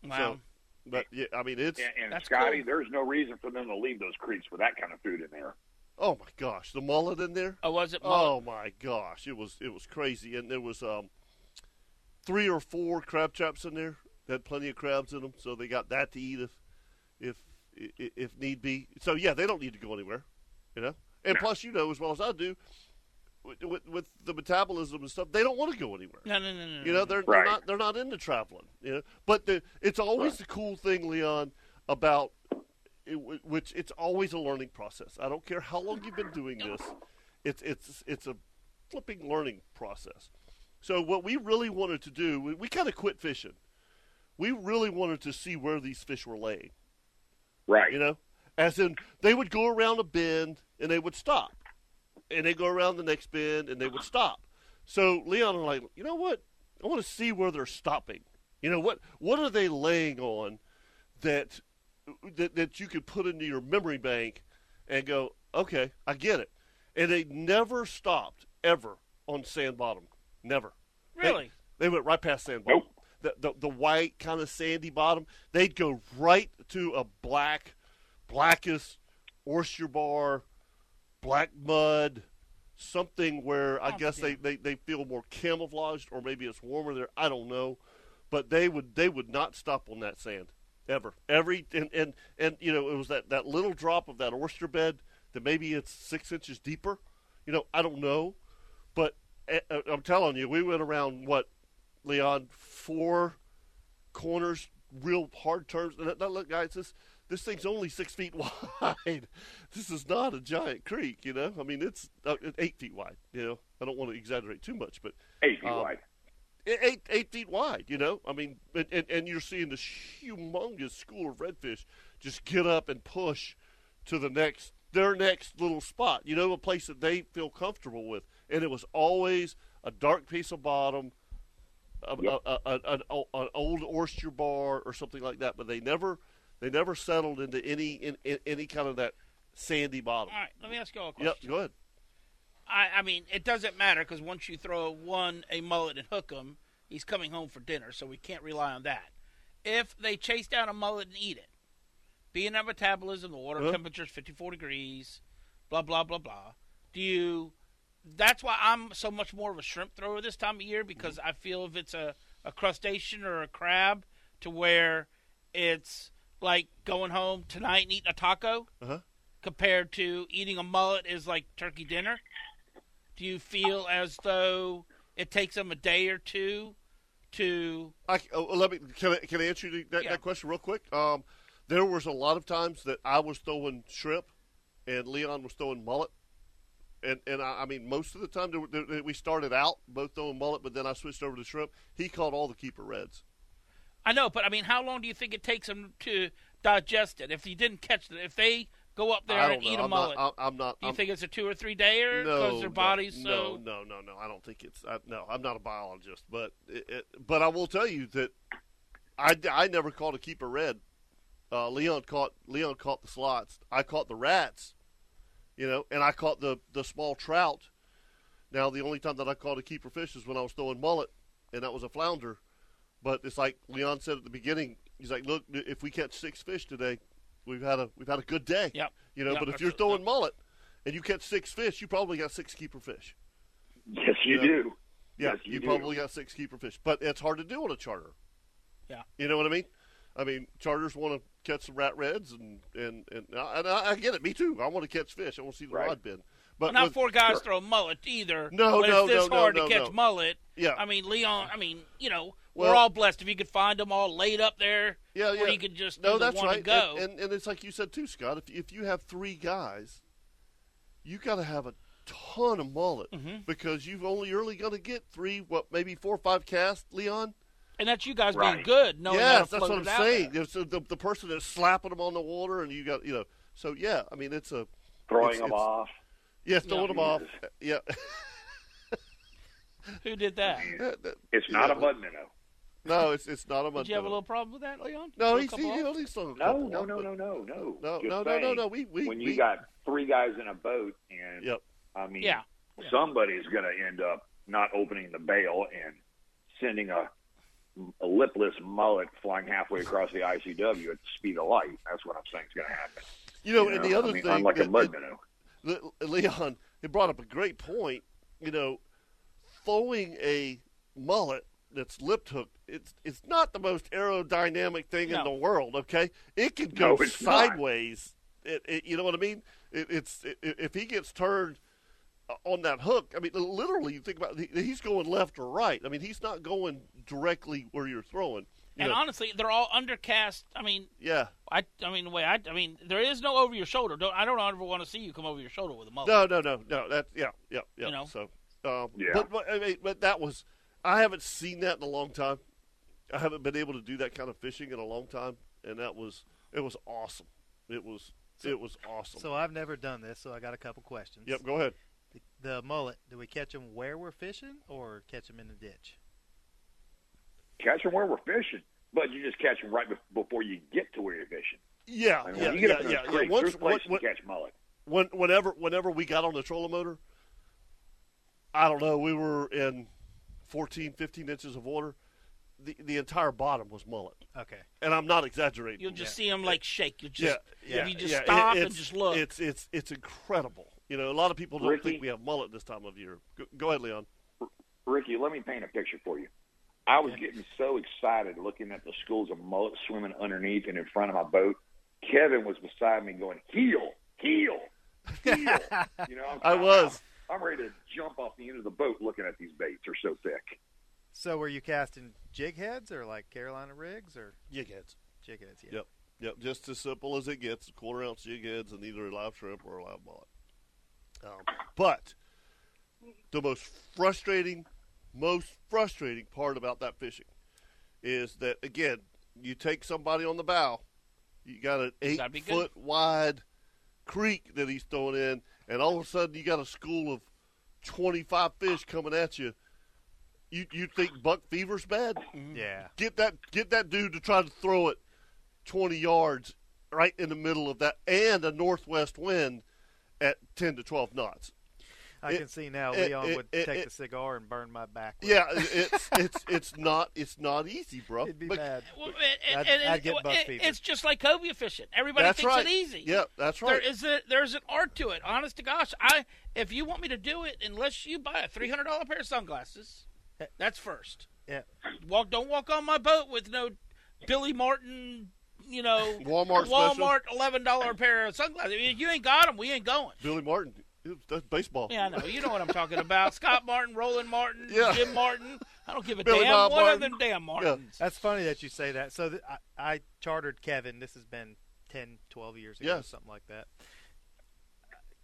[SPEAKER 4] Wow.
[SPEAKER 1] So, but yeah, I mean, it's
[SPEAKER 6] And, and
[SPEAKER 4] That's
[SPEAKER 6] Scotty,
[SPEAKER 4] cool.
[SPEAKER 6] there's no reason for them to leave those creeks with that kind of food in there.
[SPEAKER 1] oh my gosh, the mullet in there.
[SPEAKER 4] oh, was it?
[SPEAKER 1] Oh my gosh, it was it was crazy, and there was um three or four crab traps in there. They had plenty of crabs in them, so they got that to eat if if if, if need be. So yeah, they don't need to go anywhere, you know. And plus, you know as well as I do, with, with, with the metabolism and stuff, they don't want to go anywhere.
[SPEAKER 4] No, no, no, no.
[SPEAKER 1] You know, they're, they're
[SPEAKER 6] Right.
[SPEAKER 1] not they're not into traveling. You know, but the, it's always the cool thing, Leon, about it, wh- which it's always a learning process. I don't care how long you've been doing this, it's it's it's a flipping learning process. So what we really wanted to do, we, we kind of quit fishing. We really wanted to see where these fish were laying.
[SPEAKER 6] Right.
[SPEAKER 1] You know, as in they would go around a bend and they would stop, and they go around the next bend and they would stop. So Leon and I, like, you know what? I want to see where they're stopping. You know what? What are they laying on that that that you could put into your memory bank and go, okay, I get it. And they never stopped ever on sand bottom. Never. They-
[SPEAKER 4] Really?
[SPEAKER 1] They, went right past sand bottom.
[SPEAKER 6] Nope.
[SPEAKER 1] The, the the white kind of sandy bottom. They'd go right to a black, blackest oyster bar, black mud, something where I
[SPEAKER 4] Oh,
[SPEAKER 1] guess they, they, they feel more camouflaged or maybe it's warmer there. I don't know, but they would they would not stop on that sand ever. Every and and, and you know it was that, that little drop of that oyster bed that maybe it's six inches deeper. You know I don't know, but eh, eh, I'm telling you we went around what Leon four corners, real hard turns. And that- that- look, guys, this this thing's only six feet wide. this is not a giant creek, you know. I mean, it's uh, it's eight feet wide. You know, I don't want to exaggerate too much, but
[SPEAKER 6] Eight feet
[SPEAKER 1] Um,
[SPEAKER 6] wide.
[SPEAKER 1] e- eight eight feet wide. You know, I mean, and, and and you're seeing this humongous school of redfish just get up and push to the next their next little spot. You know, a place that they feel comfortable with, and it was always a dark piece of bottom. A,
[SPEAKER 6] Yep.
[SPEAKER 1] a, a, an, o- an old oyster bar or something like that, but they never they never settled into any in, in, any kind of that sandy bottom.
[SPEAKER 4] All right. Let me ask you all a question.
[SPEAKER 1] Yep, go ahead.
[SPEAKER 4] I, I mean, it doesn't matter because once you throw one a mullet and hook him, he's coming home for dinner, so we can't rely on that. If they chase down a mullet and eat it, being that metabolism, the water
[SPEAKER 1] Huh?
[SPEAKER 4] temperature is 54 degrees, blah, blah, blah, blah. Do you. That's why I'm so much more of a shrimp thrower this time of year because I feel if it's a, a crustacean or a crab to where it's like going home tonight and eating a taco
[SPEAKER 1] Uh-huh.
[SPEAKER 4] compared to eating a mullet is like turkey dinner. Do you feel as though it takes them a day or two to?
[SPEAKER 1] I, oh, let me can I, can I answer you that,
[SPEAKER 4] Yeah.
[SPEAKER 1] that question real quick? Um, there was a lot of times that I was throwing shrimp, and Leon was throwing mullet, and and I, I mean most of the time there, were- there, we started out both throwing mullet, but then I switched over to shrimp. He caught all the keeper reds.
[SPEAKER 4] I know, but I mean, how long do you think it takes them to digest it? If you didn't catch it, if they go up there
[SPEAKER 1] I
[SPEAKER 4] and
[SPEAKER 1] don't know.
[SPEAKER 4] eat a
[SPEAKER 1] I'm
[SPEAKER 4] mullet,
[SPEAKER 1] not. I'm, I'm not.
[SPEAKER 4] do you
[SPEAKER 1] I'm,
[SPEAKER 4] think it's a two or three dayer because
[SPEAKER 1] no,
[SPEAKER 4] their bodies
[SPEAKER 1] no,
[SPEAKER 4] so?
[SPEAKER 1] no, no, no. I don't think it's. I, no, I'm not a biologist, but it, it, but I will tell you that I, I never caught a keeper red. Uh, Leon caught Leon caught the slots. I caught the rats, you know, and I caught the the small trout. Now the only time that I caught a keeper fish is when I was throwing mullet, and that was a flounder. But it's like Leon said at the beginning. He's like, look, if we catch six fish today, we've had a we've had a good day.
[SPEAKER 4] Yep.
[SPEAKER 1] You know,
[SPEAKER 4] Yep,
[SPEAKER 1] but if you're
[SPEAKER 4] absolutely.
[SPEAKER 1] throwing mullet and you catch six fish, you probably got six keeper fish.
[SPEAKER 6] Yes, you
[SPEAKER 1] Yeah.
[SPEAKER 6] do.
[SPEAKER 1] Yeah,
[SPEAKER 6] Yes, you,
[SPEAKER 1] you,
[SPEAKER 6] do.
[SPEAKER 1] probably got six keeper fish, but it's hard to do on a charter.
[SPEAKER 4] Yeah.
[SPEAKER 1] you know what I mean. I mean, charters want to catch some rat reds, and and and, I- and I, I get it. Me too. I want to catch fish. I want to see the
[SPEAKER 6] Right.
[SPEAKER 1] rod bin. But
[SPEAKER 4] Well, not
[SPEAKER 1] with-
[SPEAKER 4] four guys throw mullet either.
[SPEAKER 1] No,
[SPEAKER 4] but
[SPEAKER 1] no,
[SPEAKER 4] it's this
[SPEAKER 1] no, no,
[SPEAKER 4] hard
[SPEAKER 1] no,
[SPEAKER 4] to catch
[SPEAKER 1] no.
[SPEAKER 4] mullet.
[SPEAKER 1] Yeah.
[SPEAKER 4] I mean Leon. I mean, you know, We're
[SPEAKER 1] Well-
[SPEAKER 4] all blessed if you could find them all laid up there.
[SPEAKER 1] Yeah, yeah.
[SPEAKER 4] Where you could just
[SPEAKER 1] no,
[SPEAKER 4] either
[SPEAKER 1] that's
[SPEAKER 4] one
[SPEAKER 1] right.
[SPEAKER 4] and go.
[SPEAKER 1] And, and and it's like you said too, Scott. If if you have three guys, you got to have a ton of mullet
[SPEAKER 4] Mm-hmm.
[SPEAKER 1] because you've only really going to get three, what maybe four or five casts, Leon.
[SPEAKER 4] And that's you guys being
[SPEAKER 6] Right.
[SPEAKER 4] good, knowing how to
[SPEAKER 1] yes, that's
[SPEAKER 4] float
[SPEAKER 1] what I'm
[SPEAKER 4] it out
[SPEAKER 1] saying.
[SPEAKER 4] there.
[SPEAKER 1] There's the, the the person that's slapping them on the water, and you got you know. So yeah, I mean it's a
[SPEAKER 6] throwing
[SPEAKER 1] It's-
[SPEAKER 6] them
[SPEAKER 1] it's-
[SPEAKER 6] off.
[SPEAKER 1] yeah, throwing them off. Yeah,
[SPEAKER 4] Who did that?
[SPEAKER 6] It's not
[SPEAKER 1] yeah.
[SPEAKER 6] a mud minnow.
[SPEAKER 1] no, it's it's not a mud.
[SPEAKER 4] Did you have a
[SPEAKER 1] minnow.
[SPEAKER 4] little problem with that, Leon?
[SPEAKER 1] No,
[SPEAKER 4] Throw
[SPEAKER 1] he's,
[SPEAKER 4] a
[SPEAKER 1] he,
[SPEAKER 4] couple
[SPEAKER 1] he
[SPEAKER 4] off?
[SPEAKER 1] only slung a
[SPEAKER 6] No,
[SPEAKER 1] couple
[SPEAKER 6] no,
[SPEAKER 1] off,
[SPEAKER 6] no,
[SPEAKER 1] but-
[SPEAKER 6] no, no, no.
[SPEAKER 1] No,
[SPEAKER 6] Just
[SPEAKER 1] no, no, no,
[SPEAKER 6] saying,
[SPEAKER 1] no, we- we-
[SPEAKER 6] when
[SPEAKER 1] we-
[SPEAKER 6] you got three guys in a boat, and
[SPEAKER 1] Yep.
[SPEAKER 6] I mean,
[SPEAKER 4] Yeah.
[SPEAKER 6] somebody's going to end up not opening the bail and sending a, a lipless mullet flying halfway across the ICW at the speed of light. That's what I'm saying is going to happen.
[SPEAKER 1] You know,
[SPEAKER 6] You
[SPEAKER 1] and
[SPEAKER 6] know,
[SPEAKER 1] the other
[SPEAKER 6] I mean,
[SPEAKER 1] thing,
[SPEAKER 6] unlike a
[SPEAKER 1] that-
[SPEAKER 6] mud minnow.
[SPEAKER 1] Le- Leon, he brought up a great point. You know, throwing a mullet that's lip hooked, it's it's not the most aerodynamic thing in
[SPEAKER 4] No.
[SPEAKER 1] the world. Okay, it can
[SPEAKER 6] No,
[SPEAKER 1] go
[SPEAKER 6] it's not.
[SPEAKER 1] sideways. It, it, you know what I mean? It, it's i i- if he gets turned uh, on that hook. I mean, literally, you think about it, he, he's going left or right. I mean, he's not going directly where you're throwing. You
[SPEAKER 4] And
[SPEAKER 1] know,
[SPEAKER 4] honestly, they're all undercast. I mean,
[SPEAKER 1] yeah.
[SPEAKER 4] I, I mean, the way I, I mean, there is no over your shoulder. Don't, I don't ever want to see you come over your shoulder with a mullet.
[SPEAKER 1] No, no, no, no. That's yeah, yeah, yeah.
[SPEAKER 4] You know?
[SPEAKER 1] So, um,
[SPEAKER 6] Yeah.
[SPEAKER 1] But, but I mean, but that was I haven't seen that in a long time. I haven't been able to do that kind of fishing in a long time, and that was it was awesome. It was it was awesome.
[SPEAKER 5] So I've never done this, so I got a couple questions.
[SPEAKER 1] yep, go ahead.
[SPEAKER 5] The, the mullet. Do we catch them where we're fishing, or catch them in the ditch?
[SPEAKER 6] Catch them where we're fishing, but you just catch them right bef- before you get to where you're fishing.
[SPEAKER 1] Yeah,
[SPEAKER 6] I mean,
[SPEAKER 1] yeah,
[SPEAKER 6] when you get
[SPEAKER 1] yeah,
[SPEAKER 6] up in
[SPEAKER 1] yeah,
[SPEAKER 6] those
[SPEAKER 1] yeah.
[SPEAKER 6] creeks,
[SPEAKER 1] Once,
[SPEAKER 6] there's places
[SPEAKER 1] when-
[SPEAKER 6] to catch mullet.
[SPEAKER 1] when, whenever whenever we got on the trolling motor, I don't know, we were in 14, 15 inches of water. The the entire bottom was mullet,
[SPEAKER 5] Okay.
[SPEAKER 1] and I'm not exaggerating.
[SPEAKER 4] You'll just see 'em see them like shake. You
[SPEAKER 1] Yeah,
[SPEAKER 4] just,
[SPEAKER 1] yeah,
[SPEAKER 4] you just
[SPEAKER 1] yeah.
[SPEAKER 4] stop
[SPEAKER 1] It-
[SPEAKER 4] and
[SPEAKER 1] it's-
[SPEAKER 4] just look.
[SPEAKER 1] It's it's it's incredible. You know, a lot of people don't
[SPEAKER 6] Ricky?
[SPEAKER 1] think we have mullet this time of year. Go, go ahead, Leon.
[SPEAKER 6] Ricky, let me paint a picture for you. I was getting so excited looking at the schools of mullet swimming underneath and in front of my boat. Kevin was beside me going, heel, heel, heel. you know, I'm,
[SPEAKER 1] I was.
[SPEAKER 6] I'm, ready to jump off the end of the boat looking at these baits. They're so thick.
[SPEAKER 5] So were you casting jig heads, or like Carolina rigs, or
[SPEAKER 1] Jig heads.
[SPEAKER 5] jig heads? Yeah.
[SPEAKER 1] Yep, yep. Just as simple as it gets. Quarter ounce jig heads and either a live shrimp or a live mullet. Um, but the most frustrating, most frustrating part about that fishing is that again, you take somebody on the bow, you got an eight
[SPEAKER 4] gotta be good.
[SPEAKER 1] foot wide creek that he's throwing in, and all of a sudden you got a school of twenty five fish coming at you. You you think buck fever's bad?
[SPEAKER 5] Yeah.
[SPEAKER 1] Get that get that dude to try to throw it twenty yards right in the middle of that and a northwest wind at ten to twelve knots.
[SPEAKER 5] I
[SPEAKER 1] It-
[SPEAKER 5] can see now
[SPEAKER 1] it-
[SPEAKER 5] Leon
[SPEAKER 1] it-
[SPEAKER 5] would
[SPEAKER 1] it-
[SPEAKER 5] take
[SPEAKER 1] it-
[SPEAKER 5] the cigar and burn my back. with it.
[SPEAKER 1] Yeah, it's it's it's not it's not easy, bro.
[SPEAKER 5] It'd be
[SPEAKER 1] But
[SPEAKER 5] bad.
[SPEAKER 4] Well, and- and-
[SPEAKER 5] I'd-
[SPEAKER 4] and-
[SPEAKER 5] I'd get
[SPEAKER 4] well,
[SPEAKER 5] buck
[SPEAKER 4] it-
[SPEAKER 5] fever.
[SPEAKER 4] It's just like cobia fishing. Everybody
[SPEAKER 1] that's
[SPEAKER 4] thinks
[SPEAKER 1] right.
[SPEAKER 4] it easy.
[SPEAKER 1] Yeah, that's
[SPEAKER 4] There
[SPEAKER 1] right.
[SPEAKER 4] is a there's an art to it. Honest to gosh, I if you want me to do it, unless you buy a three hundred dollar pair of sunglasses, that's first.
[SPEAKER 5] Yeah.
[SPEAKER 4] Walk don't walk on my boat with no Billy Martin, you know
[SPEAKER 1] Walmart special.
[SPEAKER 4] Walmart eleven dollar pair of sunglasses. If you ain't got them, we ain't going.
[SPEAKER 1] Billy Martin. That's baseball.
[SPEAKER 4] Yeah, I know. You know what I'm talking about. Scott Martin, Roland Martin,
[SPEAKER 1] Yeah.
[SPEAKER 4] Jim Martin. I don't give a
[SPEAKER 1] Billy
[SPEAKER 4] damn.
[SPEAKER 1] Bob
[SPEAKER 4] One of
[SPEAKER 1] Martin.
[SPEAKER 4] them damn Martins.
[SPEAKER 5] That's funny that you say that. So th- I, I chartered Kevin. This has been 10, 12 years ago,
[SPEAKER 1] Yes.
[SPEAKER 5] something like that.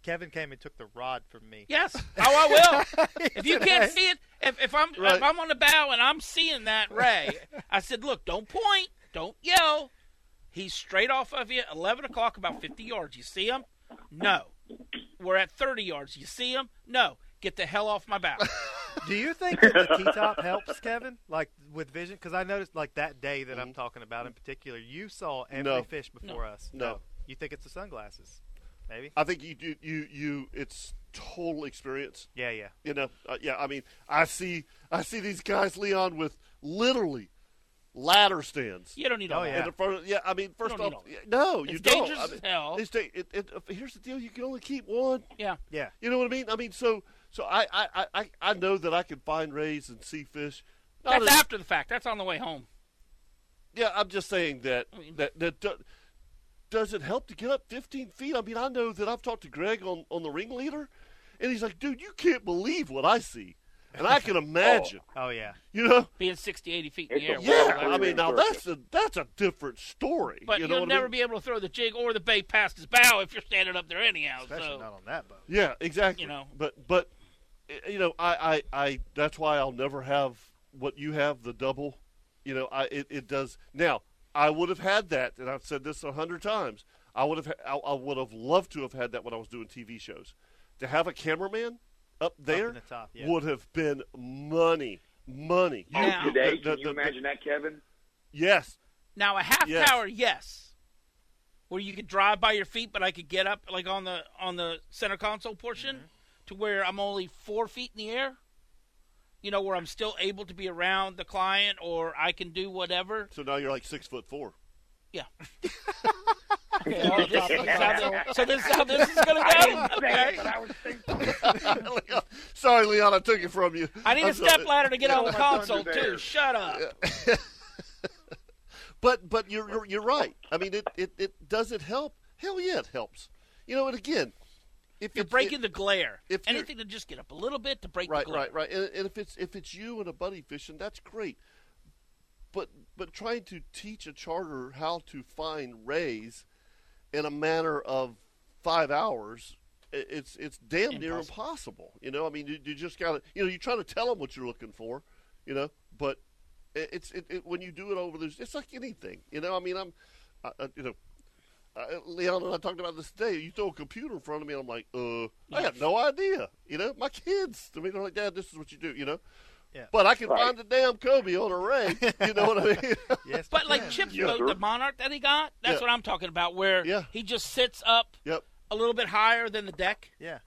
[SPEAKER 5] Kevin came and took the rod from me.
[SPEAKER 4] Yes. Oh, I will. if you can't see it, if, if I'm
[SPEAKER 1] Right.
[SPEAKER 4] if I'm on the bow and I'm seeing that ray, I said, look, don't point, don't yell. He's straight off of you. Eleven o'clock, about fifty yards. You see him? No. We're at thirty yards. You see him? No. Get the hell off my bow.
[SPEAKER 5] Do you think that the T top helps Kevin, like with vision? Because I noticed, like that day that I'm talking about in particular, you saw every
[SPEAKER 1] Mm-hmm. No.
[SPEAKER 5] fish before us.
[SPEAKER 1] No.
[SPEAKER 5] you think it's the sunglasses? Maybe.
[SPEAKER 1] I think you you you, you it's total experience.
[SPEAKER 5] Yeah, yeah.
[SPEAKER 1] You know, uh, yeah. I mean, I see I see these guys, Leon, with literally ladder stands.
[SPEAKER 4] You don't need
[SPEAKER 5] Oh,
[SPEAKER 4] all
[SPEAKER 5] yeah.
[SPEAKER 4] that.
[SPEAKER 1] In the front of- yeah, I mean, first
[SPEAKER 4] don't need
[SPEAKER 1] off,
[SPEAKER 4] all that.
[SPEAKER 1] yeah, no, you
[SPEAKER 4] It's
[SPEAKER 1] don't.
[SPEAKER 4] dangerous
[SPEAKER 1] I
[SPEAKER 4] as
[SPEAKER 1] mean,
[SPEAKER 4] hell.
[SPEAKER 1] it's da- it- it- here's the deal: you can only keep one.
[SPEAKER 4] Yeah.
[SPEAKER 5] Yeah.
[SPEAKER 1] You know what I mean? I mean, so so I I, I- I, I know that I can find rays and see fish. Not
[SPEAKER 4] That's
[SPEAKER 1] as-
[SPEAKER 4] after the fact. That's on the way home.
[SPEAKER 1] Yeah, I'm just saying that
[SPEAKER 4] mean-
[SPEAKER 1] that that. do- does it help to get up 15 feet? I mean, I know that I've talked to Greg on, on the ringleader, and he's like, dude, you can't believe what I see. And I can imagine,
[SPEAKER 5] Oh yeah.
[SPEAKER 1] you know,
[SPEAKER 4] being 60, 80 feet in
[SPEAKER 6] It's
[SPEAKER 4] the air.
[SPEAKER 6] a
[SPEAKER 4] well,
[SPEAKER 1] yeah. I
[SPEAKER 4] that's-
[SPEAKER 1] mean, now that's a that's a different story.
[SPEAKER 4] but
[SPEAKER 1] you
[SPEAKER 4] you
[SPEAKER 1] know
[SPEAKER 4] will
[SPEAKER 1] what
[SPEAKER 4] never
[SPEAKER 1] I mean?
[SPEAKER 4] be able to throw the jig or the bait past his bow if you're standing up there anyhow.
[SPEAKER 5] Especially
[SPEAKER 4] so
[SPEAKER 5] not on that boat.
[SPEAKER 1] Yeah, exactly.
[SPEAKER 4] You know.
[SPEAKER 1] but but i- you know, I, I I that's why I'll never have what you have the double. You know, I it, it does now. I would have had that, and I've said this a hundred times. I would have ha- I, I would have loved to have had that when I was doing TV shows. To have a cameraman up there
[SPEAKER 5] in the top, yeah.
[SPEAKER 1] would have been money, money.
[SPEAKER 6] Oh,
[SPEAKER 4] Now-
[SPEAKER 6] today,
[SPEAKER 1] The- the-
[SPEAKER 6] can you
[SPEAKER 1] the-
[SPEAKER 6] imagine that, Kevin?
[SPEAKER 1] Yes,
[SPEAKER 4] now a half
[SPEAKER 1] Yes.
[SPEAKER 4] tower, yes, where you could drive by your feet, but I could get up like on the on the center console portion
[SPEAKER 1] Mm-hmm.
[SPEAKER 4] to where I'm only four feet in the air. You know where I'm still able to be around the client, or I can do whatever.
[SPEAKER 1] So now you're like six foot four.
[SPEAKER 4] Yeah. Okay, well, this is how the- so this is how this is gonna go. Okay.
[SPEAKER 6] But I was thinking,
[SPEAKER 1] Sorry, Leon, I took it from you.
[SPEAKER 4] I need
[SPEAKER 1] I'm
[SPEAKER 4] a step
[SPEAKER 1] sorry.
[SPEAKER 4] ladder to get on the
[SPEAKER 6] my thunder
[SPEAKER 4] console too.
[SPEAKER 6] there.
[SPEAKER 4] Shut up.
[SPEAKER 1] But but you're you're, you're right. I mean, it, it it does it help? Hell yeah, it helps. You know, and again, if
[SPEAKER 4] You're
[SPEAKER 1] it's-
[SPEAKER 4] breaking
[SPEAKER 1] it-
[SPEAKER 4] the glare.
[SPEAKER 1] if you're-
[SPEAKER 4] Anything to just get up a little bit to break
[SPEAKER 1] right,
[SPEAKER 4] the glare.
[SPEAKER 1] right, right, and, and if it's if it's you and a buddy fishing, that's great. But but trying to teach a charter how to find rays in a matter of five hours. i- It's it's damn near impossible, you know. I mean, you, you just gotta, you know, you try to tell them what you're looking for, you know. But it, it's it, it, when you do it over there's it's like anything, you know. I mean, I'm, I, I- you know, uh, Leon and I talked about this today. You throw a computer in front of me, and I'm like, uh, I have no idea. You know, my kids. I mean, they're like, Dad, this is what you do. You know,
[SPEAKER 5] Yeah.
[SPEAKER 1] but I can
[SPEAKER 6] Right.
[SPEAKER 1] find the damn Kobe on a ray. You know what I mean?
[SPEAKER 5] Yes.
[SPEAKER 4] But
[SPEAKER 5] you
[SPEAKER 4] like
[SPEAKER 5] can.
[SPEAKER 4] Chip's
[SPEAKER 6] Yeah,
[SPEAKER 4] boat,
[SPEAKER 6] sure.
[SPEAKER 4] the Monarch that he got, that's
[SPEAKER 1] Yeah.
[SPEAKER 4] what I'm talking about, where
[SPEAKER 1] Yeah.
[SPEAKER 4] he just sits up
[SPEAKER 1] yep.
[SPEAKER 4] a little bit higher than the deck,
[SPEAKER 5] Yeah.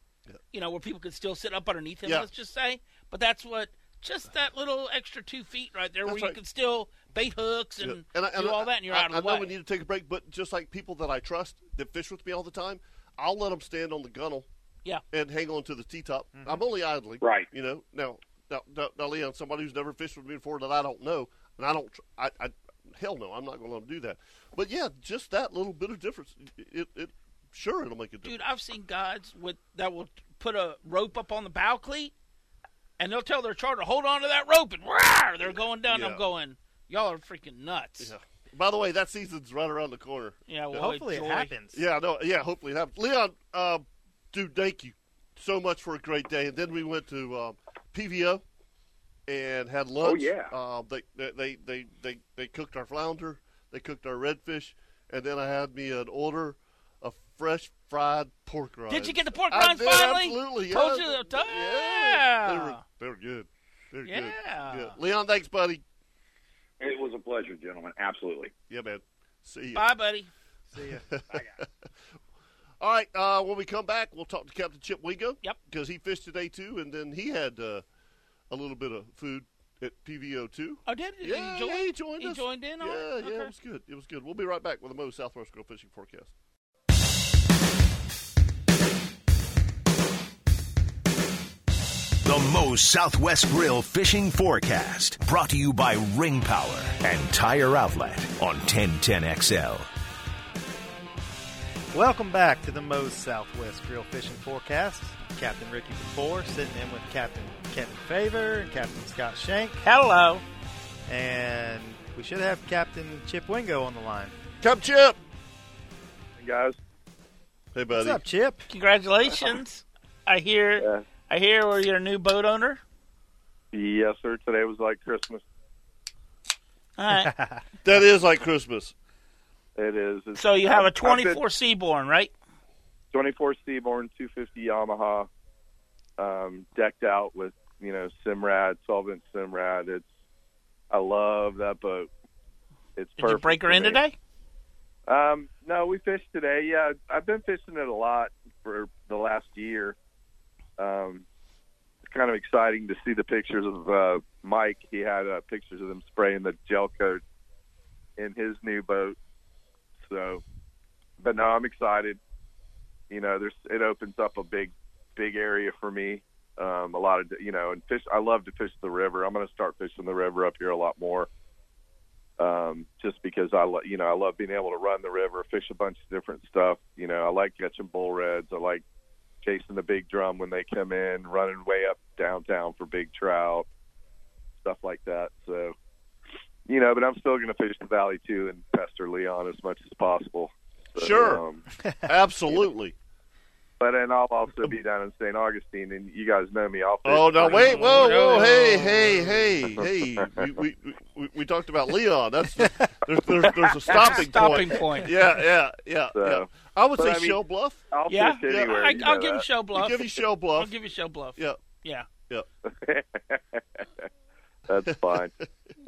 [SPEAKER 4] you know, where people could still sit up underneath him,
[SPEAKER 1] Yeah.
[SPEAKER 4] let's just say. But that's what, just that little extra two feet right there where
[SPEAKER 1] That's
[SPEAKER 4] you
[SPEAKER 1] right.
[SPEAKER 4] can still bait hooks and,
[SPEAKER 1] Yeah. And, I, and
[SPEAKER 4] do
[SPEAKER 1] I-
[SPEAKER 4] all that and you're
[SPEAKER 1] I,
[SPEAKER 4] out of
[SPEAKER 1] I
[SPEAKER 4] the way.
[SPEAKER 1] know we need to take a break, but just like people that I trust that fish with me all the time, I'll let them stand on the gunnel
[SPEAKER 4] yeah.
[SPEAKER 1] and hang on to the T top. I'm only idling,
[SPEAKER 6] Right.
[SPEAKER 1] You know, now, now, now, now, Leon, somebody who's never fished with me before that I don't know, and I don't, tr- I, I hell no, I'm not going to let 'em do that. But yeah, just that little bit of difference, it, it sure it'll make a difference.
[SPEAKER 4] Dude, I've seen guides with that will put a rope up on the bow cleat, and they'll tell their charter, "Hold on to that rope," and rawr, they're going down.
[SPEAKER 1] Yeah.
[SPEAKER 4] I'm going, y'all are freaking nuts.
[SPEAKER 1] Yeah. By the way, that season's right around the corner.
[SPEAKER 4] Yeah, well,
[SPEAKER 5] Hopefully
[SPEAKER 4] joy.
[SPEAKER 5] it happens.
[SPEAKER 1] Yeah, no, yeah. Hopefully it happens. Leon, uh, dude, thank you so much for a great day. And then we went to um, PVO and had lunch.
[SPEAKER 6] yeah.
[SPEAKER 1] Uh, they, they- they they they they cooked our flounder. They cooked our redfish, and then I had me an order of fresh fried pork rinds.
[SPEAKER 4] Did you get the pork
[SPEAKER 1] I
[SPEAKER 4] rinds
[SPEAKER 1] did,
[SPEAKER 4] finally?
[SPEAKER 1] Absolutely.
[SPEAKER 4] Told
[SPEAKER 1] yeah.
[SPEAKER 4] you the-
[SPEAKER 1] Yeah. They were
[SPEAKER 4] Yeah.
[SPEAKER 1] they were good. They're good.
[SPEAKER 4] Yeah.
[SPEAKER 1] Leon, thanks, buddy.
[SPEAKER 6] it was a pleasure, gentlemen. Absolutely.
[SPEAKER 1] Yeah, man. See you.
[SPEAKER 4] Bye, buddy.
[SPEAKER 5] See ya.
[SPEAKER 1] All right. Uh, when we come back, we'll talk to Captain Chip Wingo.
[SPEAKER 4] Yep.
[SPEAKER 1] Because he fished today too, and then he had uh, a little bit of food at PVO too.
[SPEAKER 4] Oh, did did
[SPEAKER 1] yeah,
[SPEAKER 4] he join?
[SPEAKER 1] yeah, he joined
[SPEAKER 4] He
[SPEAKER 1] us.
[SPEAKER 4] joined in.
[SPEAKER 1] Yeah,
[SPEAKER 4] on it?
[SPEAKER 1] yeah,
[SPEAKER 4] Okay.
[SPEAKER 1] it was good. It was good. We'll be right back with the Mo Southwest Girl Fishing Forecast.
[SPEAKER 3] The Moe's Southwest Grill Fishing Forecast, brought to you by Ring Power and Tire Outlet on 1010XL.
[SPEAKER 5] Welcome back to the Moe's Southwest Grill Fishing Forecast. Captain Ricky Before sitting in with Captain Kevin Favor and Captain Scott Shank.
[SPEAKER 4] Hello.
[SPEAKER 5] And we should have Captain Chip Wingo on the line.
[SPEAKER 1] Come, Chip.
[SPEAKER 6] Hey, guys.
[SPEAKER 1] Hey, buddy.
[SPEAKER 5] What's up, Chip?
[SPEAKER 4] Congratulations. I hear.
[SPEAKER 7] Yeah.
[SPEAKER 4] I hear we're your new boat owner.
[SPEAKER 7] Yes, sir. Today was like Christmas.
[SPEAKER 4] All right.
[SPEAKER 1] That is like Christmas.
[SPEAKER 7] It is. It's,
[SPEAKER 4] so you have a
[SPEAKER 7] I've been
[SPEAKER 4] 24 Seaborn, right?
[SPEAKER 7] 24 Seaborn 250 Yamaha, um, decked out with you know Simrad solvent Simrad. It's I love that boat. It's
[SPEAKER 4] Did you
[SPEAKER 7] perfect
[SPEAKER 4] break her
[SPEAKER 7] for
[SPEAKER 4] in
[SPEAKER 7] me.
[SPEAKER 4] today?
[SPEAKER 7] Um, no, we fished today. Yeah, I've been fishing it a lot for the last year. Um, it's kind of exciting to see the pictures of uh, Mike. He had uh, pictures of him spraying the gel coat in his new boat. So, but no, I'm excited. You know, there's it opens up a big, big area for me. Um, a lot of you know, and fish. I love to fish the river. I'm going to start fishing the river up here a lot more um, just because I lo- you know I love being able to run the river, fish a bunch of different stuff. You know, I like catching bull reds. I like chasing the big drum when they come in, running way up downtown for big trout, stuff like that. So, you know, but I'm still going to fish the valley too and pester Leon as much as possible. So,
[SPEAKER 1] Sure.
[SPEAKER 7] Um,
[SPEAKER 1] Absolutely.
[SPEAKER 7] but then I'll also be down in St. Augustine, and you guys know me. I'll fish
[SPEAKER 1] Oh no!
[SPEAKER 7] for-
[SPEAKER 1] Wait! Whoa! Whoa!
[SPEAKER 4] no.
[SPEAKER 1] Hey! Hey! Hey! Hey! We, we, we, we talked about Leon. That's the, there's, there's there's a stopping,
[SPEAKER 4] Stopping
[SPEAKER 1] point.
[SPEAKER 4] point.
[SPEAKER 1] Yeah, yeah, yeah,
[SPEAKER 7] So-
[SPEAKER 1] yeah. I would
[SPEAKER 7] But
[SPEAKER 1] say
[SPEAKER 7] I mean-
[SPEAKER 1] Shell Bluff.
[SPEAKER 7] I'll
[SPEAKER 4] Yeah,
[SPEAKER 7] fish anywhere.
[SPEAKER 4] I,
[SPEAKER 7] you
[SPEAKER 4] I'll
[SPEAKER 7] know
[SPEAKER 4] give him
[SPEAKER 7] that.
[SPEAKER 4] show bluff.
[SPEAKER 1] We give you Shell
[SPEAKER 4] I'll
[SPEAKER 1] Bluff.
[SPEAKER 4] give you show bluff.
[SPEAKER 1] yeah,
[SPEAKER 4] Yeah.
[SPEAKER 1] yeah.
[SPEAKER 7] That's fine.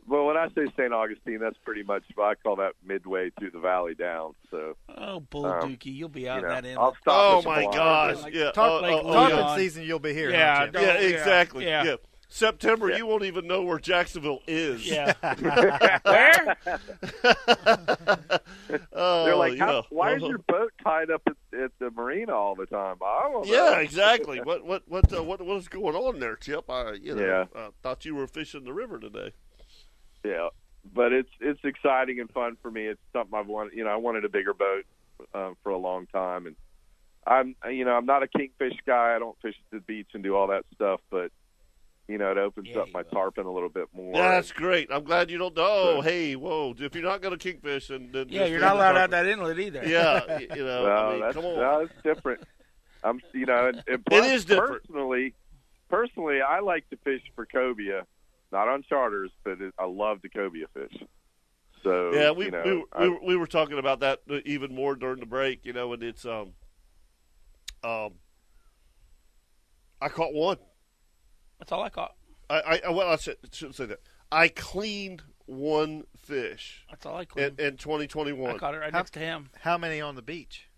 [SPEAKER 7] well, when I say St. Augustine, that's pretty much I call that midway through the valley down. So
[SPEAKER 4] Oh, bull
[SPEAKER 7] Um,
[SPEAKER 4] dookie, you'll be out
[SPEAKER 7] you
[SPEAKER 4] of that
[SPEAKER 7] know,
[SPEAKER 4] end.
[SPEAKER 7] I'll stop.
[SPEAKER 1] Oh
[SPEAKER 7] at
[SPEAKER 1] my
[SPEAKER 7] Swan,
[SPEAKER 1] gosh!
[SPEAKER 4] Like,
[SPEAKER 1] Yeah. oh,
[SPEAKER 4] talk like
[SPEAKER 1] oh,
[SPEAKER 4] Leon.
[SPEAKER 1] yeah.
[SPEAKER 5] Tarpon season, you'll be here.
[SPEAKER 4] Yeah,
[SPEAKER 5] aren't you?
[SPEAKER 4] don't-
[SPEAKER 1] Yeah, exactly.
[SPEAKER 4] yeah.
[SPEAKER 1] Yeah. September, you won't even know where Jacksonville is.
[SPEAKER 4] Yeah. Where?
[SPEAKER 1] Oh,
[SPEAKER 7] They're like,
[SPEAKER 1] yeah.
[SPEAKER 7] How, why is
[SPEAKER 1] Uh-huh.
[SPEAKER 7] your boat tied up at, at the marina all the time? I don't know.
[SPEAKER 1] Yeah, exactly. What what what uh, what what is going on there, Chip? I you know uh, thought you were fishing the river today.
[SPEAKER 7] Yeah, but it's it's exciting and fun for me. It's something I've wanted. You know, I wanted a bigger boat um, for a long time, and I'm you know I'm not a kingfish guy. I don't fish at the beach and do all that stuff, but you know it opens
[SPEAKER 4] Yeah,
[SPEAKER 7] up
[SPEAKER 4] you
[SPEAKER 7] my
[SPEAKER 4] will.
[SPEAKER 7] tarpon a little bit more.
[SPEAKER 1] That's great. I'm glad you don't. Oh,
[SPEAKER 7] So-
[SPEAKER 1] hey, whoa! If you're not going to kingfish, then, then
[SPEAKER 4] Yeah,
[SPEAKER 1] just leave
[SPEAKER 4] you're not
[SPEAKER 1] the
[SPEAKER 4] allowed
[SPEAKER 1] tarpon.
[SPEAKER 4] out that inlet either.
[SPEAKER 1] Yeah, y- you know,
[SPEAKER 7] Well,
[SPEAKER 1] I mean,
[SPEAKER 7] that's,
[SPEAKER 1] come on.
[SPEAKER 7] no, it's different. I'm, you know, and, and plus,
[SPEAKER 1] is different.
[SPEAKER 7] Personally, personally, I like to fish for cobia, not on charters, but it, I love the cobia fish. So
[SPEAKER 1] yeah, we
[SPEAKER 7] you know,
[SPEAKER 1] we, were-
[SPEAKER 7] I-
[SPEAKER 1] we, were, we were talking about that even more during the break, you know, and it's um um I caught one.
[SPEAKER 4] That's all I caught.
[SPEAKER 1] I I- I well I should, shouldn't say that. I cleaned one fish
[SPEAKER 4] That's all I caught.
[SPEAKER 1] in, in
[SPEAKER 4] I
[SPEAKER 1] 2021.
[SPEAKER 4] caught it right
[SPEAKER 5] How-
[SPEAKER 4] next to him.
[SPEAKER 5] How many on the beach?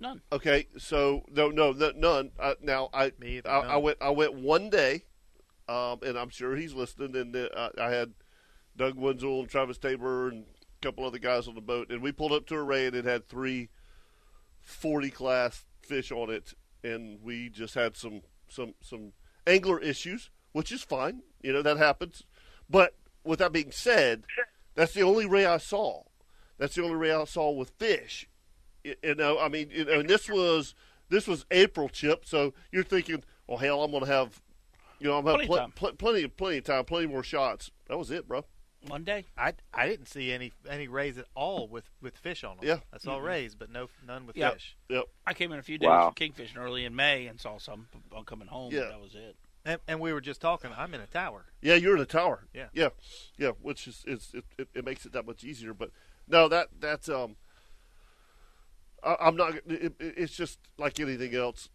[SPEAKER 4] None.
[SPEAKER 1] Okay, so no, no, no none. Uh, now I,
[SPEAKER 5] Me either,
[SPEAKER 1] I, I
[SPEAKER 5] none.
[SPEAKER 1] went, I went one day, um, and I'm sure he's listening. And uh, I- I had Doug Wenzel and Travis Tabor and a couple other guys on the boat, and we pulled up to a ray, and it had three 40 class fish on it, and we just had some some some angler issues, which is fine. You know that happens. But with that being said, that's the only ray I saw. That's the only ray I saw with fish. Y- You know, I mean, you know, and this was this was April chip, so you're thinking, well, hell, I'm gonna have, you know, I'm gonna have
[SPEAKER 4] Plenty
[SPEAKER 1] pl-
[SPEAKER 4] time.
[SPEAKER 1] pl- plenty of plenty of time, plenty more shots. That was it, bro.
[SPEAKER 4] One day.
[SPEAKER 5] I, I didn't see any any rays at all with, with fish on them.
[SPEAKER 1] Yeah.
[SPEAKER 5] I saw rays, but no none with
[SPEAKER 4] Yeah.
[SPEAKER 5] fish.
[SPEAKER 1] Yep.
[SPEAKER 4] I came in a few days
[SPEAKER 7] Wow.
[SPEAKER 4] from kingfishing early in May and saw some on coming home.
[SPEAKER 1] Yeah.
[SPEAKER 4] But that was it.
[SPEAKER 5] And, and we were just talking. I'm in a tower.
[SPEAKER 1] Yeah, you're in a tower.
[SPEAKER 5] Yeah.
[SPEAKER 1] yeah, yeah. Which is, is it, it, it makes it that much easier. But no, that that's um, I, I'm not. It, it- it's just like anything else.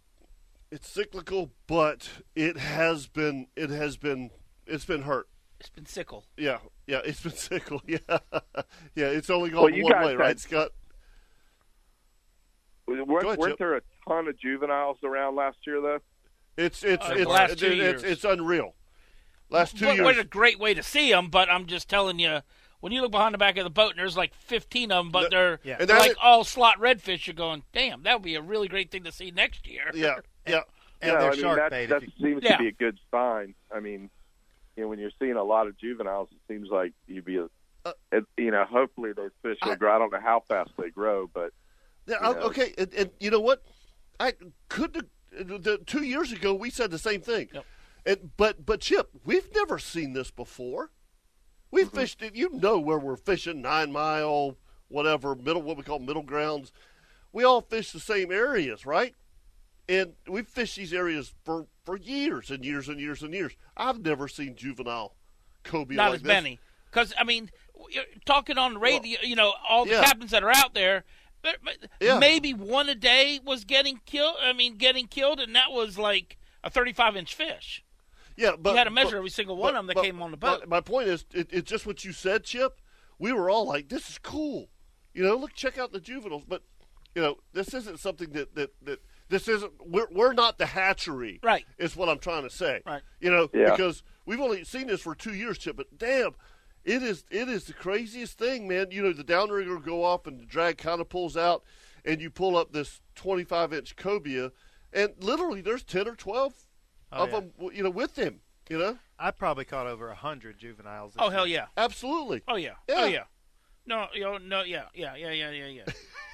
[SPEAKER 1] It's cyclical, but it has been it has been it's been hurt.
[SPEAKER 4] It's been sickle.
[SPEAKER 1] Yeah, yeah. It's been cyclical. Yeah, yeah. It's only
[SPEAKER 7] Well,
[SPEAKER 1] gone
[SPEAKER 7] you
[SPEAKER 1] one
[SPEAKER 7] guys
[SPEAKER 1] way, right,
[SPEAKER 7] had-
[SPEAKER 1] Scott?
[SPEAKER 7] weren't,
[SPEAKER 1] ahead, Chip.
[SPEAKER 7] weren't there a ton of juveniles around last year though?
[SPEAKER 1] It's it's
[SPEAKER 4] Uh, the
[SPEAKER 1] it's,
[SPEAKER 4] last
[SPEAKER 1] it's,
[SPEAKER 4] two
[SPEAKER 1] it's
[SPEAKER 4] years.
[SPEAKER 1] it's unreal. Last two
[SPEAKER 4] what,
[SPEAKER 1] years.
[SPEAKER 4] what a great way to see them, but I'm just telling you, when you look behind the back of the boat and there's like 15 of them, but
[SPEAKER 1] The-
[SPEAKER 4] they're,
[SPEAKER 5] Yeah.
[SPEAKER 4] they're
[SPEAKER 1] And that-
[SPEAKER 4] like all slot redfish, you're going, damn, that would be a really great thing to see next year.
[SPEAKER 1] yeah, yeah.
[SPEAKER 5] And
[SPEAKER 7] no,
[SPEAKER 5] they're
[SPEAKER 7] I mean,
[SPEAKER 5] shark
[SPEAKER 7] that,
[SPEAKER 5] bait.
[SPEAKER 7] that
[SPEAKER 5] if you,
[SPEAKER 7] seems
[SPEAKER 4] Yeah.
[SPEAKER 7] to be a good sign. I mean, you know, when you're seeing a lot of juveniles, it seems like you'd be, a,
[SPEAKER 1] Uh,
[SPEAKER 7] it, you know, hopefully those fish will grow. I don't know how fast they grow, but
[SPEAKER 1] Yeah,
[SPEAKER 7] you
[SPEAKER 1] I-
[SPEAKER 7] know?
[SPEAKER 1] okay, and, and you know what? I could the two years ago we said the same thing.
[SPEAKER 4] Yep.
[SPEAKER 1] And but but Chip, we've never seen this before. We
[SPEAKER 4] Mm-hmm.
[SPEAKER 1] fished it. You know where we're fishing nine mile, whatever middle, what we call middle grounds. We all fish the same areas, right? And we've fished these areas for for years and years and years and years. I've never seen juvenile cobia
[SPEAKER 4] Not
[SPEAKER 1] like
[SPEAKER 4] as
[SPEAKER 1] this.
[SPEAKER 4] many. Because, I mean, you're talking on the radio, you know, all the
[SPEAKER 1] yeah.
[SPEAKER 4] captains that are out there, but, but
[SPEAKER 1] Yeah.
[SPEAKER 4] maybe one a day was getting killed. I mean, getting killed, and that was like a 35 inch fish.
[SPEAKER 1] Yeah, but
[SPEAKER 4] you had to
[SPEAKER 1] but-
[SPEAKER 4] measure every single one of them that
[SPEAKER 1] but-
[SPEAKER 4] came on the
[SPEAKER 1] but
[SPEAKER 4] boat.
[SPEAKER 1] my point is, it, it's just what you said, Chip. We were all like, "This is cool," you know. Look, check out the juveniles, but you know, this isn't something that that, that this isn't. We're we're not the hatchery,
[SPEAKER 4] Right.
[SPEAKER 1] Is what I'm trying to say,
[SPEAKER 4] Right.
[SPEAKER 1] You know,
[SPEAKER 7] Yeah.
[SPEAKER 1] because we've only seen this for two years, Chip. But damn, it is it is the craziest thing, man. You know, the downrigger will go off and the drag kind of pulls out, and you pull up this 25 inch cobia, and literally there's 10 or 12
[SPEAKER 5] Oh,
[SPEAKER 1] of
[SPEAKER 5] yeah.
[SPEAKER 1] them, you know, with them. You know.
[SPEAKER 5] I probably caught over a hundred juveniles. this
[SPEAKER 4] Oh, hell
[SPEAKER 5] year.
[SPEAKER 4] yeah.
[SPEAKER 1] Absolutely.
[SPEAKER 4] Oh, yeah.
[SPEAKER 1] Yeah.
[SPEAKER 4] Oh, yeah. No, you know, no, yeah, yeah, yeah, yeah, yeah, yeah.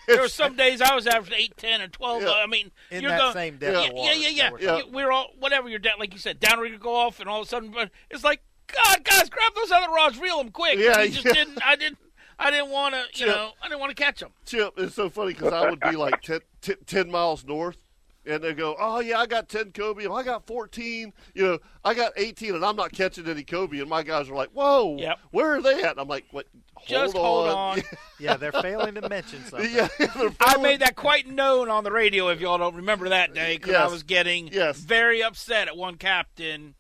[SPEAKER 4] there were some days I was averaging eight, ten, or twelve.
[SPEAKER 1] Yeah.
[SPEAKER 4] I mean,
[SPEAKER 5] In
[SPEAKER 4] you're
[SPEAKER 5] that
[SPEAKER 4] going,
[SPEAKER 5] same
[SPEAKER 4] yeah,
[SPEAKER 5] depth
[SPEAKER 4] yeah,
[SPEAKER 5] of
[SPEAKER 4] yeah,
[SPEAKER 5] water.
[SPEAKER 4] yeah, yeah.
[SPEAKER 5] That
[SPEAKER 1] Yeah.
[SPEAKER 4] You- We're all whatever you're down, like you said, downrigger go off, and all of a sudden, but it's like, God, guys, grab those other rods, reel them quick.
[SPEAKER 1] Yeah,
[SPEAKER 4] you just
[SPEAKER 1] yeah.
[SPEAKER 4] didn't. I didn't. I didn't want to. You
[SPEAKER 1] Yeah.
[SPEAKER 4] know, I didn't want to catch them.
[SPEAKER 1] Chip, it's so funny because I would be like 10, 10 10 miles north, and they go, "Oh yeah, I got ten Kobe, oh, I got fourteen, you know, I got eighteen, and I'm not catching any Kobe." And my guys are like, "Whoa,
[SPEAKER 4] Yep.
[SPEAKER 1] where are they at?" I'm like, "What? Hold
[SPEAKER 4] Just
[SPEAKER 1] on.
[SPEAKER 4] hold on.
[SPEAKER 5] Yeah, they're failing to mention something.
[SPEAKER 1] yeah, they're
[SPEAKER 4] I
[SPEAKER 1] filling-
[SPEAKER 4] made that quite known on the radio. If y'all don't remember that day, because I
[SPEAKER 1] Yes.
[SPEAKER 4] was getting
[SPEAKER 1] Yes.
[SPEAKER 4] very upset at one captain.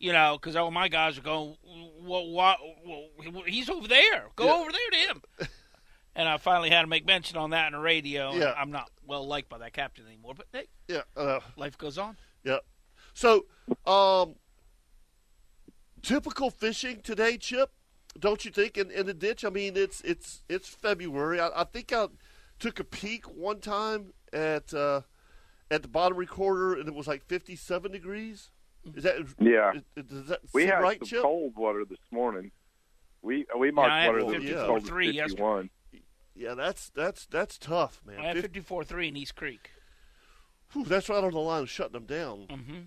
[SPEAKER 4] You know, because all my guys are going, well, why, well, he's over there. Go
[SPEAKER 1] Yeah.
[SPEAKER 4] over there to him. and I finally had to make mention on that in the radio. and
[SPEAKER 1] Yeah.
[SPEAKER 4] I'm not well liked by that captain anymore, but hey,
[SPEAKER 1] yeah, uh,
[SPEAKER 4] life goes on.
[SPEAKER 1] yeah." So, um, typical fishing today, Chip. Don't you think? In, in the ditch, I mean, it's it's it's February. I, I think I took a peek one time at uh, at the bottom recorder, and it was like fifty-seven degrees. Is that
[SPEAKER 7] Yeah.
[SPEAKER 1] is- is- Does that
[SPEAKER 7] We
[SPEAKER 1] seem
[SPEAKER 7] had
[SPEAKER 1] right,
[SPEAKER 7] some
[SPEAKER 1] Chip?
[SPEAKER 7] cold water this morning. We we marked
[SPEAKER 4] I had
[SPEAKER 7] water that was
[SPEAKER 1] 54
[SPEAKER 7] as cold as
[SPEAKER 4] three yesterday.
[SPEAKER 7] 51.
[SPEAKER 1] Yeah, that's that's that's tough, man.
[SPEAKER 4] I had
[SPEAKER 1] Fif-
[SPEAKER 4] 54 3 in East Creek.
[SPEAKER 1] whew, that's right on the line, of shutting them down.
[SPEAKER 4] hmm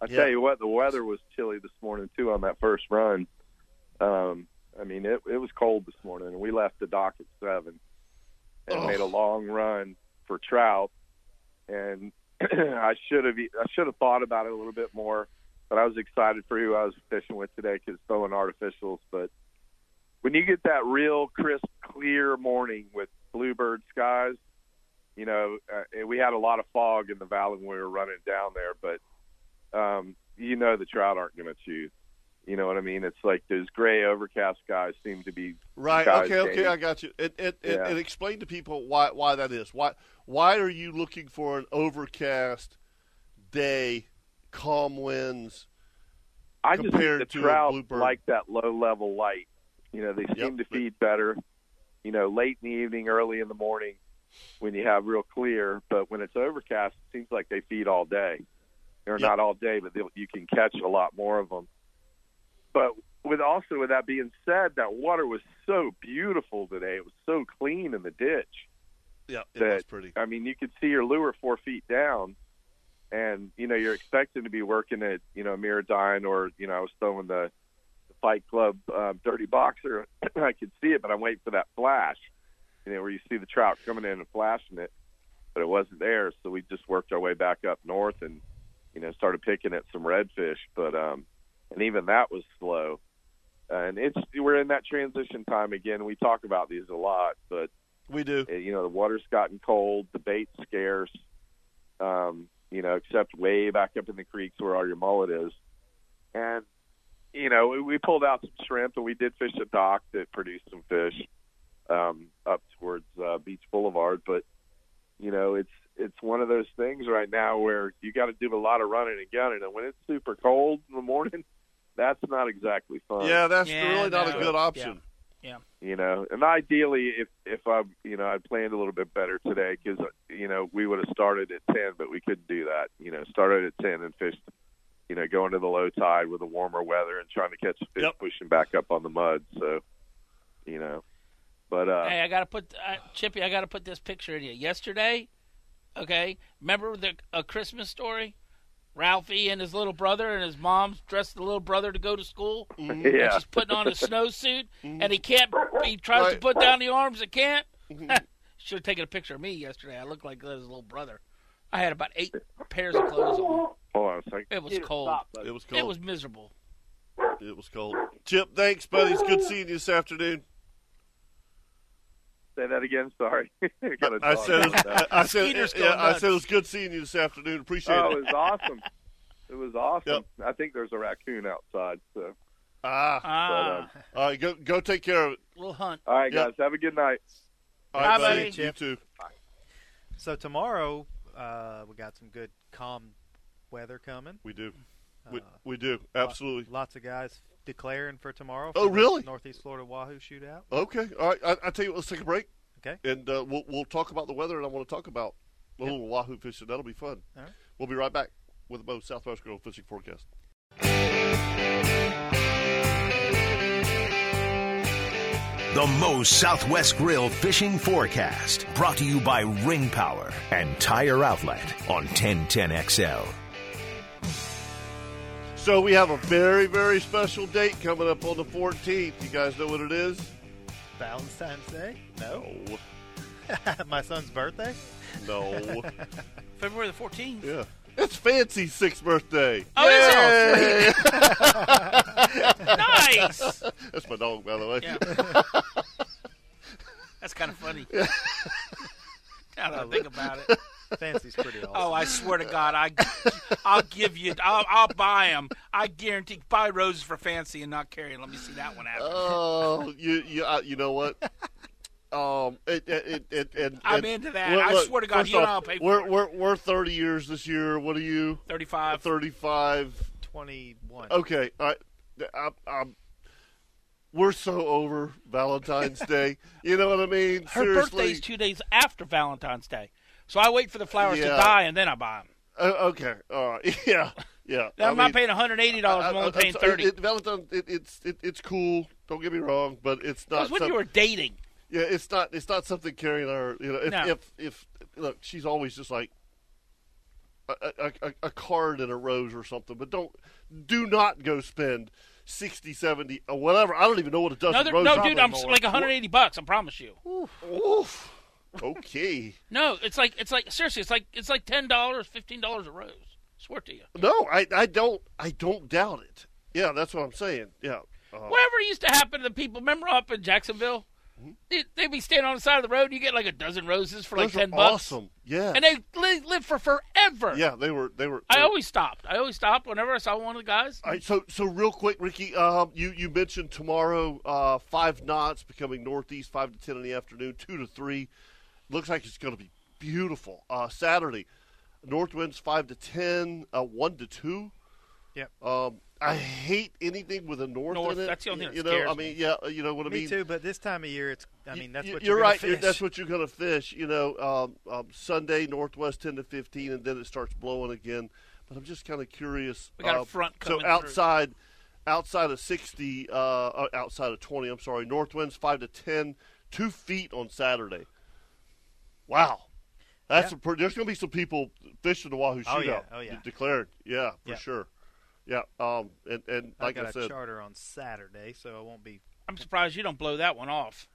[SPEAKER 7] I
[SPEAKER 1] Yeah.
[SPEAKER 7] tell you what, the weather was chilly this morning too on that first run. Um, I mean, it it was cold this morning, and we left the dock at seven and
[SPEAKER 1] Ugh.
[SPEAKER 7] made a long run for trout. And I should have e- I should have thought about it a little bit more, but I was excited for who I was fishing with today because throwing artificials. But when you get that real crisp, clear morning with bluebird skies, you know, uh, we had a lot of fog in the valley when we were running down there, but um, you know the trout aren't going to choose. You know what I mean? It's like those gray overcast guys seem to be
[SPEAKER 1] Right.
[SPEAKER 7] guys
[SPEAKER 1] Okay. Okay.
[SPEAKER 7] dating.
[SPEAKER 1] I got you. And and, and,
[SPEAKER 7] Yeah.
[SPEAKER 1] and explain to people why why that is. Why why are you looking for an overcast day, calm winds?
[SPEAKER 7] I just
[SPEAKER 1] compared
[SPEAKER 7] think
[SPEAKER 1] to
[SPEAKER 7] the
[SPEAKER 1] a
[SPEAKER 7] trout
[SPEAKER 1] bluebird.
[SPEAKER 7] like that low level light. You know, they seem to feed better. You know, late in the evening, early in the morning, when you have real clear. But when it's overcast, it seems like they feed all day, or
[SPEAKER 1] Yep.
[SPEAKER 7] not all day, but they'll- you can catch a lot more of them. But with also with that being said, that water was so beautiful today. It was so clean in the ditch.
[SPEAKER 1] Yeah, it
[SPEAKER 7] That-
[SPEAKER 1] was pretty.
[SPEAKER 7] I mean, you could see your lure four feet down, and you know you're expecting to be working at you know Miradine or you know I was throwing the, the Fight Club um, Dirty Boxer. I could see it, but I'm waiting for that flash, you know, where you see the trout coming in and flashing it, but it wasn't there. So we just worked our way back up north and you know started picking at some redfish, but um, and even that was slow. And it's we're in that transition time again. We talk about these a lot, but
[SPEAKER 1] We do.
[SPEAKER 7] uh, you know the water's gotten cold, the bait's scarce. Um, you know, except way back up in the creeks where all your mullet is, and you know we, we pulled out some shrimp and we did fish a dock that produced some fish um, up towards uh, Beach Boulevard. But you know it's it's one of those things right now where you got to do a lot of running and gunning, and when it's super cold in the morning, that's not exactly fun
[SPEAKER 1] Yeah, that's
[SPEAKER 4] Yeah,
[SPEAKER 1] really not a
[SPEAKER 4] no.
[SPEAKER 1] good option.
[SPEAKER 7] you know. And ideally, if if I you know I planned a little bit better today because you know we would have started at ten, but we couldn't do that. You know, started at ten and fished. You know, going to the low tide with the warmer weather and trying to catch fish
[SPEAKER 1] Yep.
[SPEAKER 7] pushing back up on the mud. So, you know, but uh,
[SPEAKER 4] Hey, I gotta put uh, Chippy. I gotta put this picture in here. Yesterday, okay. Remember the a Christmas story? Ralphie and his little brother and his mom dressed the little brother to go to school. And
[SPEAKER 7] yeah,
[SPEAKER 4] she's putting on a snowsuit, and he can't. He tries to
[SPEAKER 1] Right.
[SPEAKER 4] put down the arms, and can't. Should have taken a picture of me yesterday. I looked like his little brother. I had about eight pairs of clothes on.
[SPEAKER 7] hold on a second.
[SPEAKER 4] It was cold.
[SPEAKER 1] It was cold.
[SPEAKER 4] It was miserable.
[SPEAKER 1] It was cold. Chip, thanks, buddy. It's good seeing you this afternoon.
[SPEAKER 7] Say that again. Sorry, I, gotta
[SPEAKER 1] I
[SPEAKER 7] talk
[SPEAKER 1] said,
[SPEAKER 7] about that.
[SPEAKER 1] I, I said,
[SPEAKER 4] Skeeter's
[SPEAKER 1] yeah,
[SPEAKER 4] going
[SPEAKER 1] I
[SPEAKER 4] nuts.
[SPEAKER 1] said it was good seeing you this afternoon. Appreciate
[SPEAKER 7] oh,
[SPEAKER 1] it.
[SPEAKER 7] it was awesome. It was awesome. I think there's a raccoon outside. So, um,
[SPEAKER 1] Ah,
[SPEAKER 4] Ah,
[SPEAKER 1] all right, go go take care of it.
[SPEAKER 4] little hunt.
[SPEAKER 7] all right,
[SPEAKER 1] Yeah.
[SPEAKER 7] guys, have a good night.
[SPEAKER 1] All right,
[SPEAKER 4] Bye,
[SPEAKER 1] buddy.
[SPEAKER 5] buddy.
[SPEAKER 1] You too.
[SPEAKER 5] So tomorrow, uh, we got some good calm weather coming.
[SPEAKER 1] We do. We,
[SPEAKER 5] Uh,
[SPEAKER 1] we do absolutely.
[SPEAKER 5] Lots of guys declaring for tomorrow.
[SPEAKER 1] Oh,
[SPEAKER 5] for the
[SPEAKER 1] really?
[SPEAKER 5] Northeast Florida Wahoo Shootout.
[SPEAKER 1] Okay. All right. I, I tell you, what, let's take a break.
[SPEAKER 5] Okay.
[SPEAKER 1] And uh, we'll we'll talk about the weather, and I want to talk about a little wahoo fishing. That'll be fun.
[SPEAKER 5] All right.
[SPEAKER 1] We'll be right back with Bo Southwest Girl Fishing Forecast.
[SPEAKER 3] The Moe's Southwest Grill Fishing Forecast, brought to you by Ring Power and Tire Outlet on 1010XL.
[SPEAKER 1] So we have a very, very special date coming up on the 14th. You guys know what it is?
[SPEAKER 5] Valentine's Day? No.
[SPEAKER 1] No.
[SPEAKER 5] My son's birthday?
[SPEAKER 1] No.
[SPEAKER 4] February the 14th.
[SPEAKER 1] yeah. It's Fancy's sixth birthday.
[SPEAKER 4] Oh, is
[SPEAKER 1] Yay!
[SPEAKER 4] Nice.
[SPEAKER 1] That's my dog, by the way.
[SPEAKER 4] Yeah. That's kind of funny. now that I think about it.
[SPEAKER 5] Fancy's pretty awesome.
[SPEAKER 4] Oh, I swear to God, I, I'll give you, I'll, I'll buy them. I guarantee, buy roses for fancy and not carry. Let me see that one happen.
[SPEAKER 1] Oh, you you uh, you know what? Um, it, it, it, it, and-
[SPEAKER 4] I'm
[SPEAKER 1] and-
[SPEAKER 4] into that. I swear to God,
[SPEAKER 1] first
[SPEAKER 4] you and
[SPEAKER 1] off,
[SPEAKER 4] I'll pay for
[SPEAKER 1] we're,
[SPEAKER 4] it.
[SPEAKER 1] We're, we're 30 years this year. What are you?
[SPEAKER 4] 35.
[SPEAKER 1] 35.
[SPEAKER 5] 21.
[SPEAKER 1] Okay, I, I, I'm. We're so over Valentine's Day. You know what I mean?
[SPEAKER 4] Her
[SPEAKER 1] Seriously.
[SPEAKER 4] birthday's two days after Valentine's Day. So I wait for the flowers to
[SPEAKER 1] Yeah.
[SPEAKER 4] die and then I buy them.
[SPEAKER 1] Uh, okay. All right. Yeah. Yeah.
[SPEAKER 4] Now, I'm
[SPEAKER 1] I
[SPEAKER 4] not
[SPEAKER 1] mean,
[SPEAKER 4] paying $180.
[SPEAKER 1] I-
[SPEAKER 4] I'm
[SPEAKER 1] I-
[SPEAKER 4] only
[SPEAKER 1] I'm
[SPEAKER 4] paying
[SPEAKER 1] sorry,
[SPEAKER 4] 30
[SPEAKER 1] It, Valentine, it, it's it, it's cool. Don't get me wrong, but it's not.
[SPEAKER 4] That's when
[SPEAKER 1] some-
[SPEAKER 4] you were dating.
[SPEAKER 1] Yeah, it's not. It's not something Carrie and I. Are, you know, if,
[SPEAKER 4] No.
[SPEAKER 1] if if look, she's always just like a, a, a- a card and a rose or something. But don't do not go spend 60, 70, or whatever. I don't even know what a
[SPEAKER 4] No,
[SPEAKER 1] dozen
[SPEAKER 4] there-
[SPEAKER 1] rose
[SPEAKER 4] no dude,
[SPEAKER 1] probably
[SPEAKER 4] I'm s-
[SPEAKER 1] more.
[SPEAKER 4] like 180 bucks. I promise you.
[SPEAKER 1] Oof. Okay.
[SPEAKER 4] No, it's like it's like seriously, it's like it's like ten dollars, fifteen dollars a rose. swear to you.
[SPEAKER 1] No, I I don't I don't doubt it. Yeah, that's what I'm saying. Yeah. Uh,
[SPEAKER 4] Whatever used to happen to the people, remember up in Jacksonville,
[SPEAKER 1] Mm-hmm.
[SPEAKER 4] they, they'd be standing on the side of the road. You get like a dozen roses for like
[SPEAKER 1] those are
[SPEAKER 4] ten bucks,
[SPEAKER 1] awesome. Yeah.
[SPEAKER 4] and they li- live for forever.
[SPEAKER 1] yeah, they were they were.
[SPEAKER 4] I
[SPEAKER 1] they-
[SPEAKER 4] always stopped. I always stopped whenever I saw one of the guys.
[SPEAKER 1] All right, so so real quick, Ricky, um, you you mentioned tomorrow uh, five knots becoming northeast five to ten in the afternoon, two to three. Looks like it's going to be beautiful. Uh, Saturday, north winds five to ten, uh, one to two.
[SPEAKER 5] Yep.
[SPEAKER 1] Um, I hate anything with a north,
[SPEAKER 4] North,
[SPEAKER 1] in it.
[SPEAKER 4] that's the only thing
[SPEAKER 1] you
[SPEAKER 4] that
[SPEAKER 1] know.
[SPEAKER 4] scares
[SPEAKER 1] I mean, yeah, you know what I
[SPEAKER 5] Me
[SPEAKER 1] mean.
[SPEAKER 5] too, but this time of year, it's. I mean, that's
[SPEAKER 1] You-
[SPEAKER 5] what
[SPEAKER 1] you're
[SPEAKER 5] gonna
[SPEAKER 1] right. You're-
[SPEAKER 5] Fish.
[SPEAKER 1] That's what you're going to fish. You know, um, um, Sunday northwest ten to fifteen, and then it starts blowing again. But I'm just kind of curious.
[SPEAKER 4] We got a
[SPEAKER 1] um,
[SPEAKER 4] front
[SPEAKER 1] So
[SPEAKER 4] coming through.
[SPEAKER 1] outside, outside of sixty, uh, uh, outside of twenty. I'm sorry. North winds five to ten, two feet on Saturday. Wow, that's a pretty, there's going to be some people fishing the Wahoo
[SPEAKER 5] Oh,
[SPEAKER 1] shootout.
[SPEAKER 5] yeah. Oh, yeah.
[SPEAKER 1] de- declared. Yeah, for
[SPEAKER 5] Yeah.
[SPEAKER 1] sure. Yeah. Um. And and
[SPEAKER 5] I
[SPEAKER 1] like
[SPEAKER 5] got
[SPEAKER 1] I,
[SPEAKER 5] a
[SPEAKER 1] said,
[SPEAKER 5] charter on Saturday, so I won't be.
[SPEAKER 4] I'm surprised you don't blow that one off.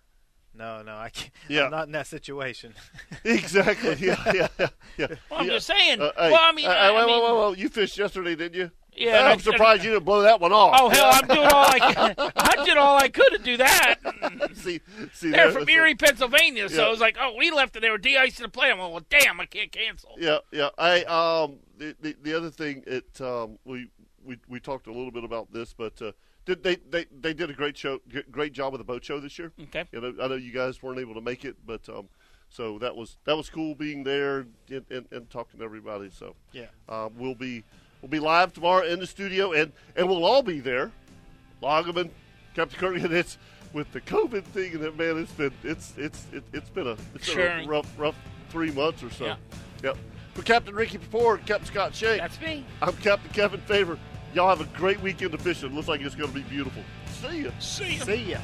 [SPEAKER 5] No, no, I can't.
[SPEAKER 1] Yeah.
[SPEAKER 5] I'm not in that situation.
[SPEAKER 1] exactly. Yeah. Yeah. Yeah. yeah.
[SPEAKER 4] Well, I'm
[SPEAKER 1] Yeah.
[SPEAKER 4] just saying.
[SPEAKER 1] Uh, hey,
[SPEAKER 4] well, I mean,
[SPEAKER 1] uh,
[SPEAKER 4] I
[SPEAKER 1] wait,
[SPEAKER 4] mean-
[SPEAKER 1] wait, wait, wait. you fished yesterday, didn't you?
[SPEAKER 4] Yeah,
[SPEAKER 1] I'm
[SPEAKER 4] I-
[SPEAKER 1] surprised you didn't blow that one off.
[SPEAKER 4] oh hell, I'm doing all I can. I did all I could to do that.
[SPEAKER 1] see, see, there-
[SPEAKER 4] They're from
[SPEAKER 1] that's it.
[SPEAKER 4] Erie, Pennsylvania. So
[SPEAKER 1] Yeah.
[SPEAKER 4] it was like, oh, we left and they were de-icing the play. I'm like, well, damn, I can't cancel.
[SPEAKER 1] Yeah, yeah. I um the, the, the other thing it um we, we we talked a little bit about this, but uh, did they, they they did a great show, g- great job with the boat show this year.
[SPEAKER 4] Okay.
[SPEAKER 1] You know, I know you guys weren't able to make it, but um, so that was that was cool being there and, and, and talking to everybody. So
[SPEAKER 5] Yeah.
[SPEAKER 1] um, we'll be we'll be live tomorrow in the studio, and and we'll all be there. Loggeman, Captain Kirk, and it's with the COVID thing, and that man, it's been it's it's it, it's been a it's been
[SPEAKER 4] Sure.
[SPEAKER 1] a rough rough three months or so.
[SPEAKER 4] Yeah.
[SPEAKER 1] Yep. For Captain Ricky Ford, Captain Scott Shea,
[SPEAKER 4] That's me.
[SPEAKER 1] I'm Captain Kevin Favor. Y'all have a great weekend of fishing. Looks like it's going to be beautiful. See ya.
[SPEAKER 4] See ya.
[SPEAKER 5] See ya.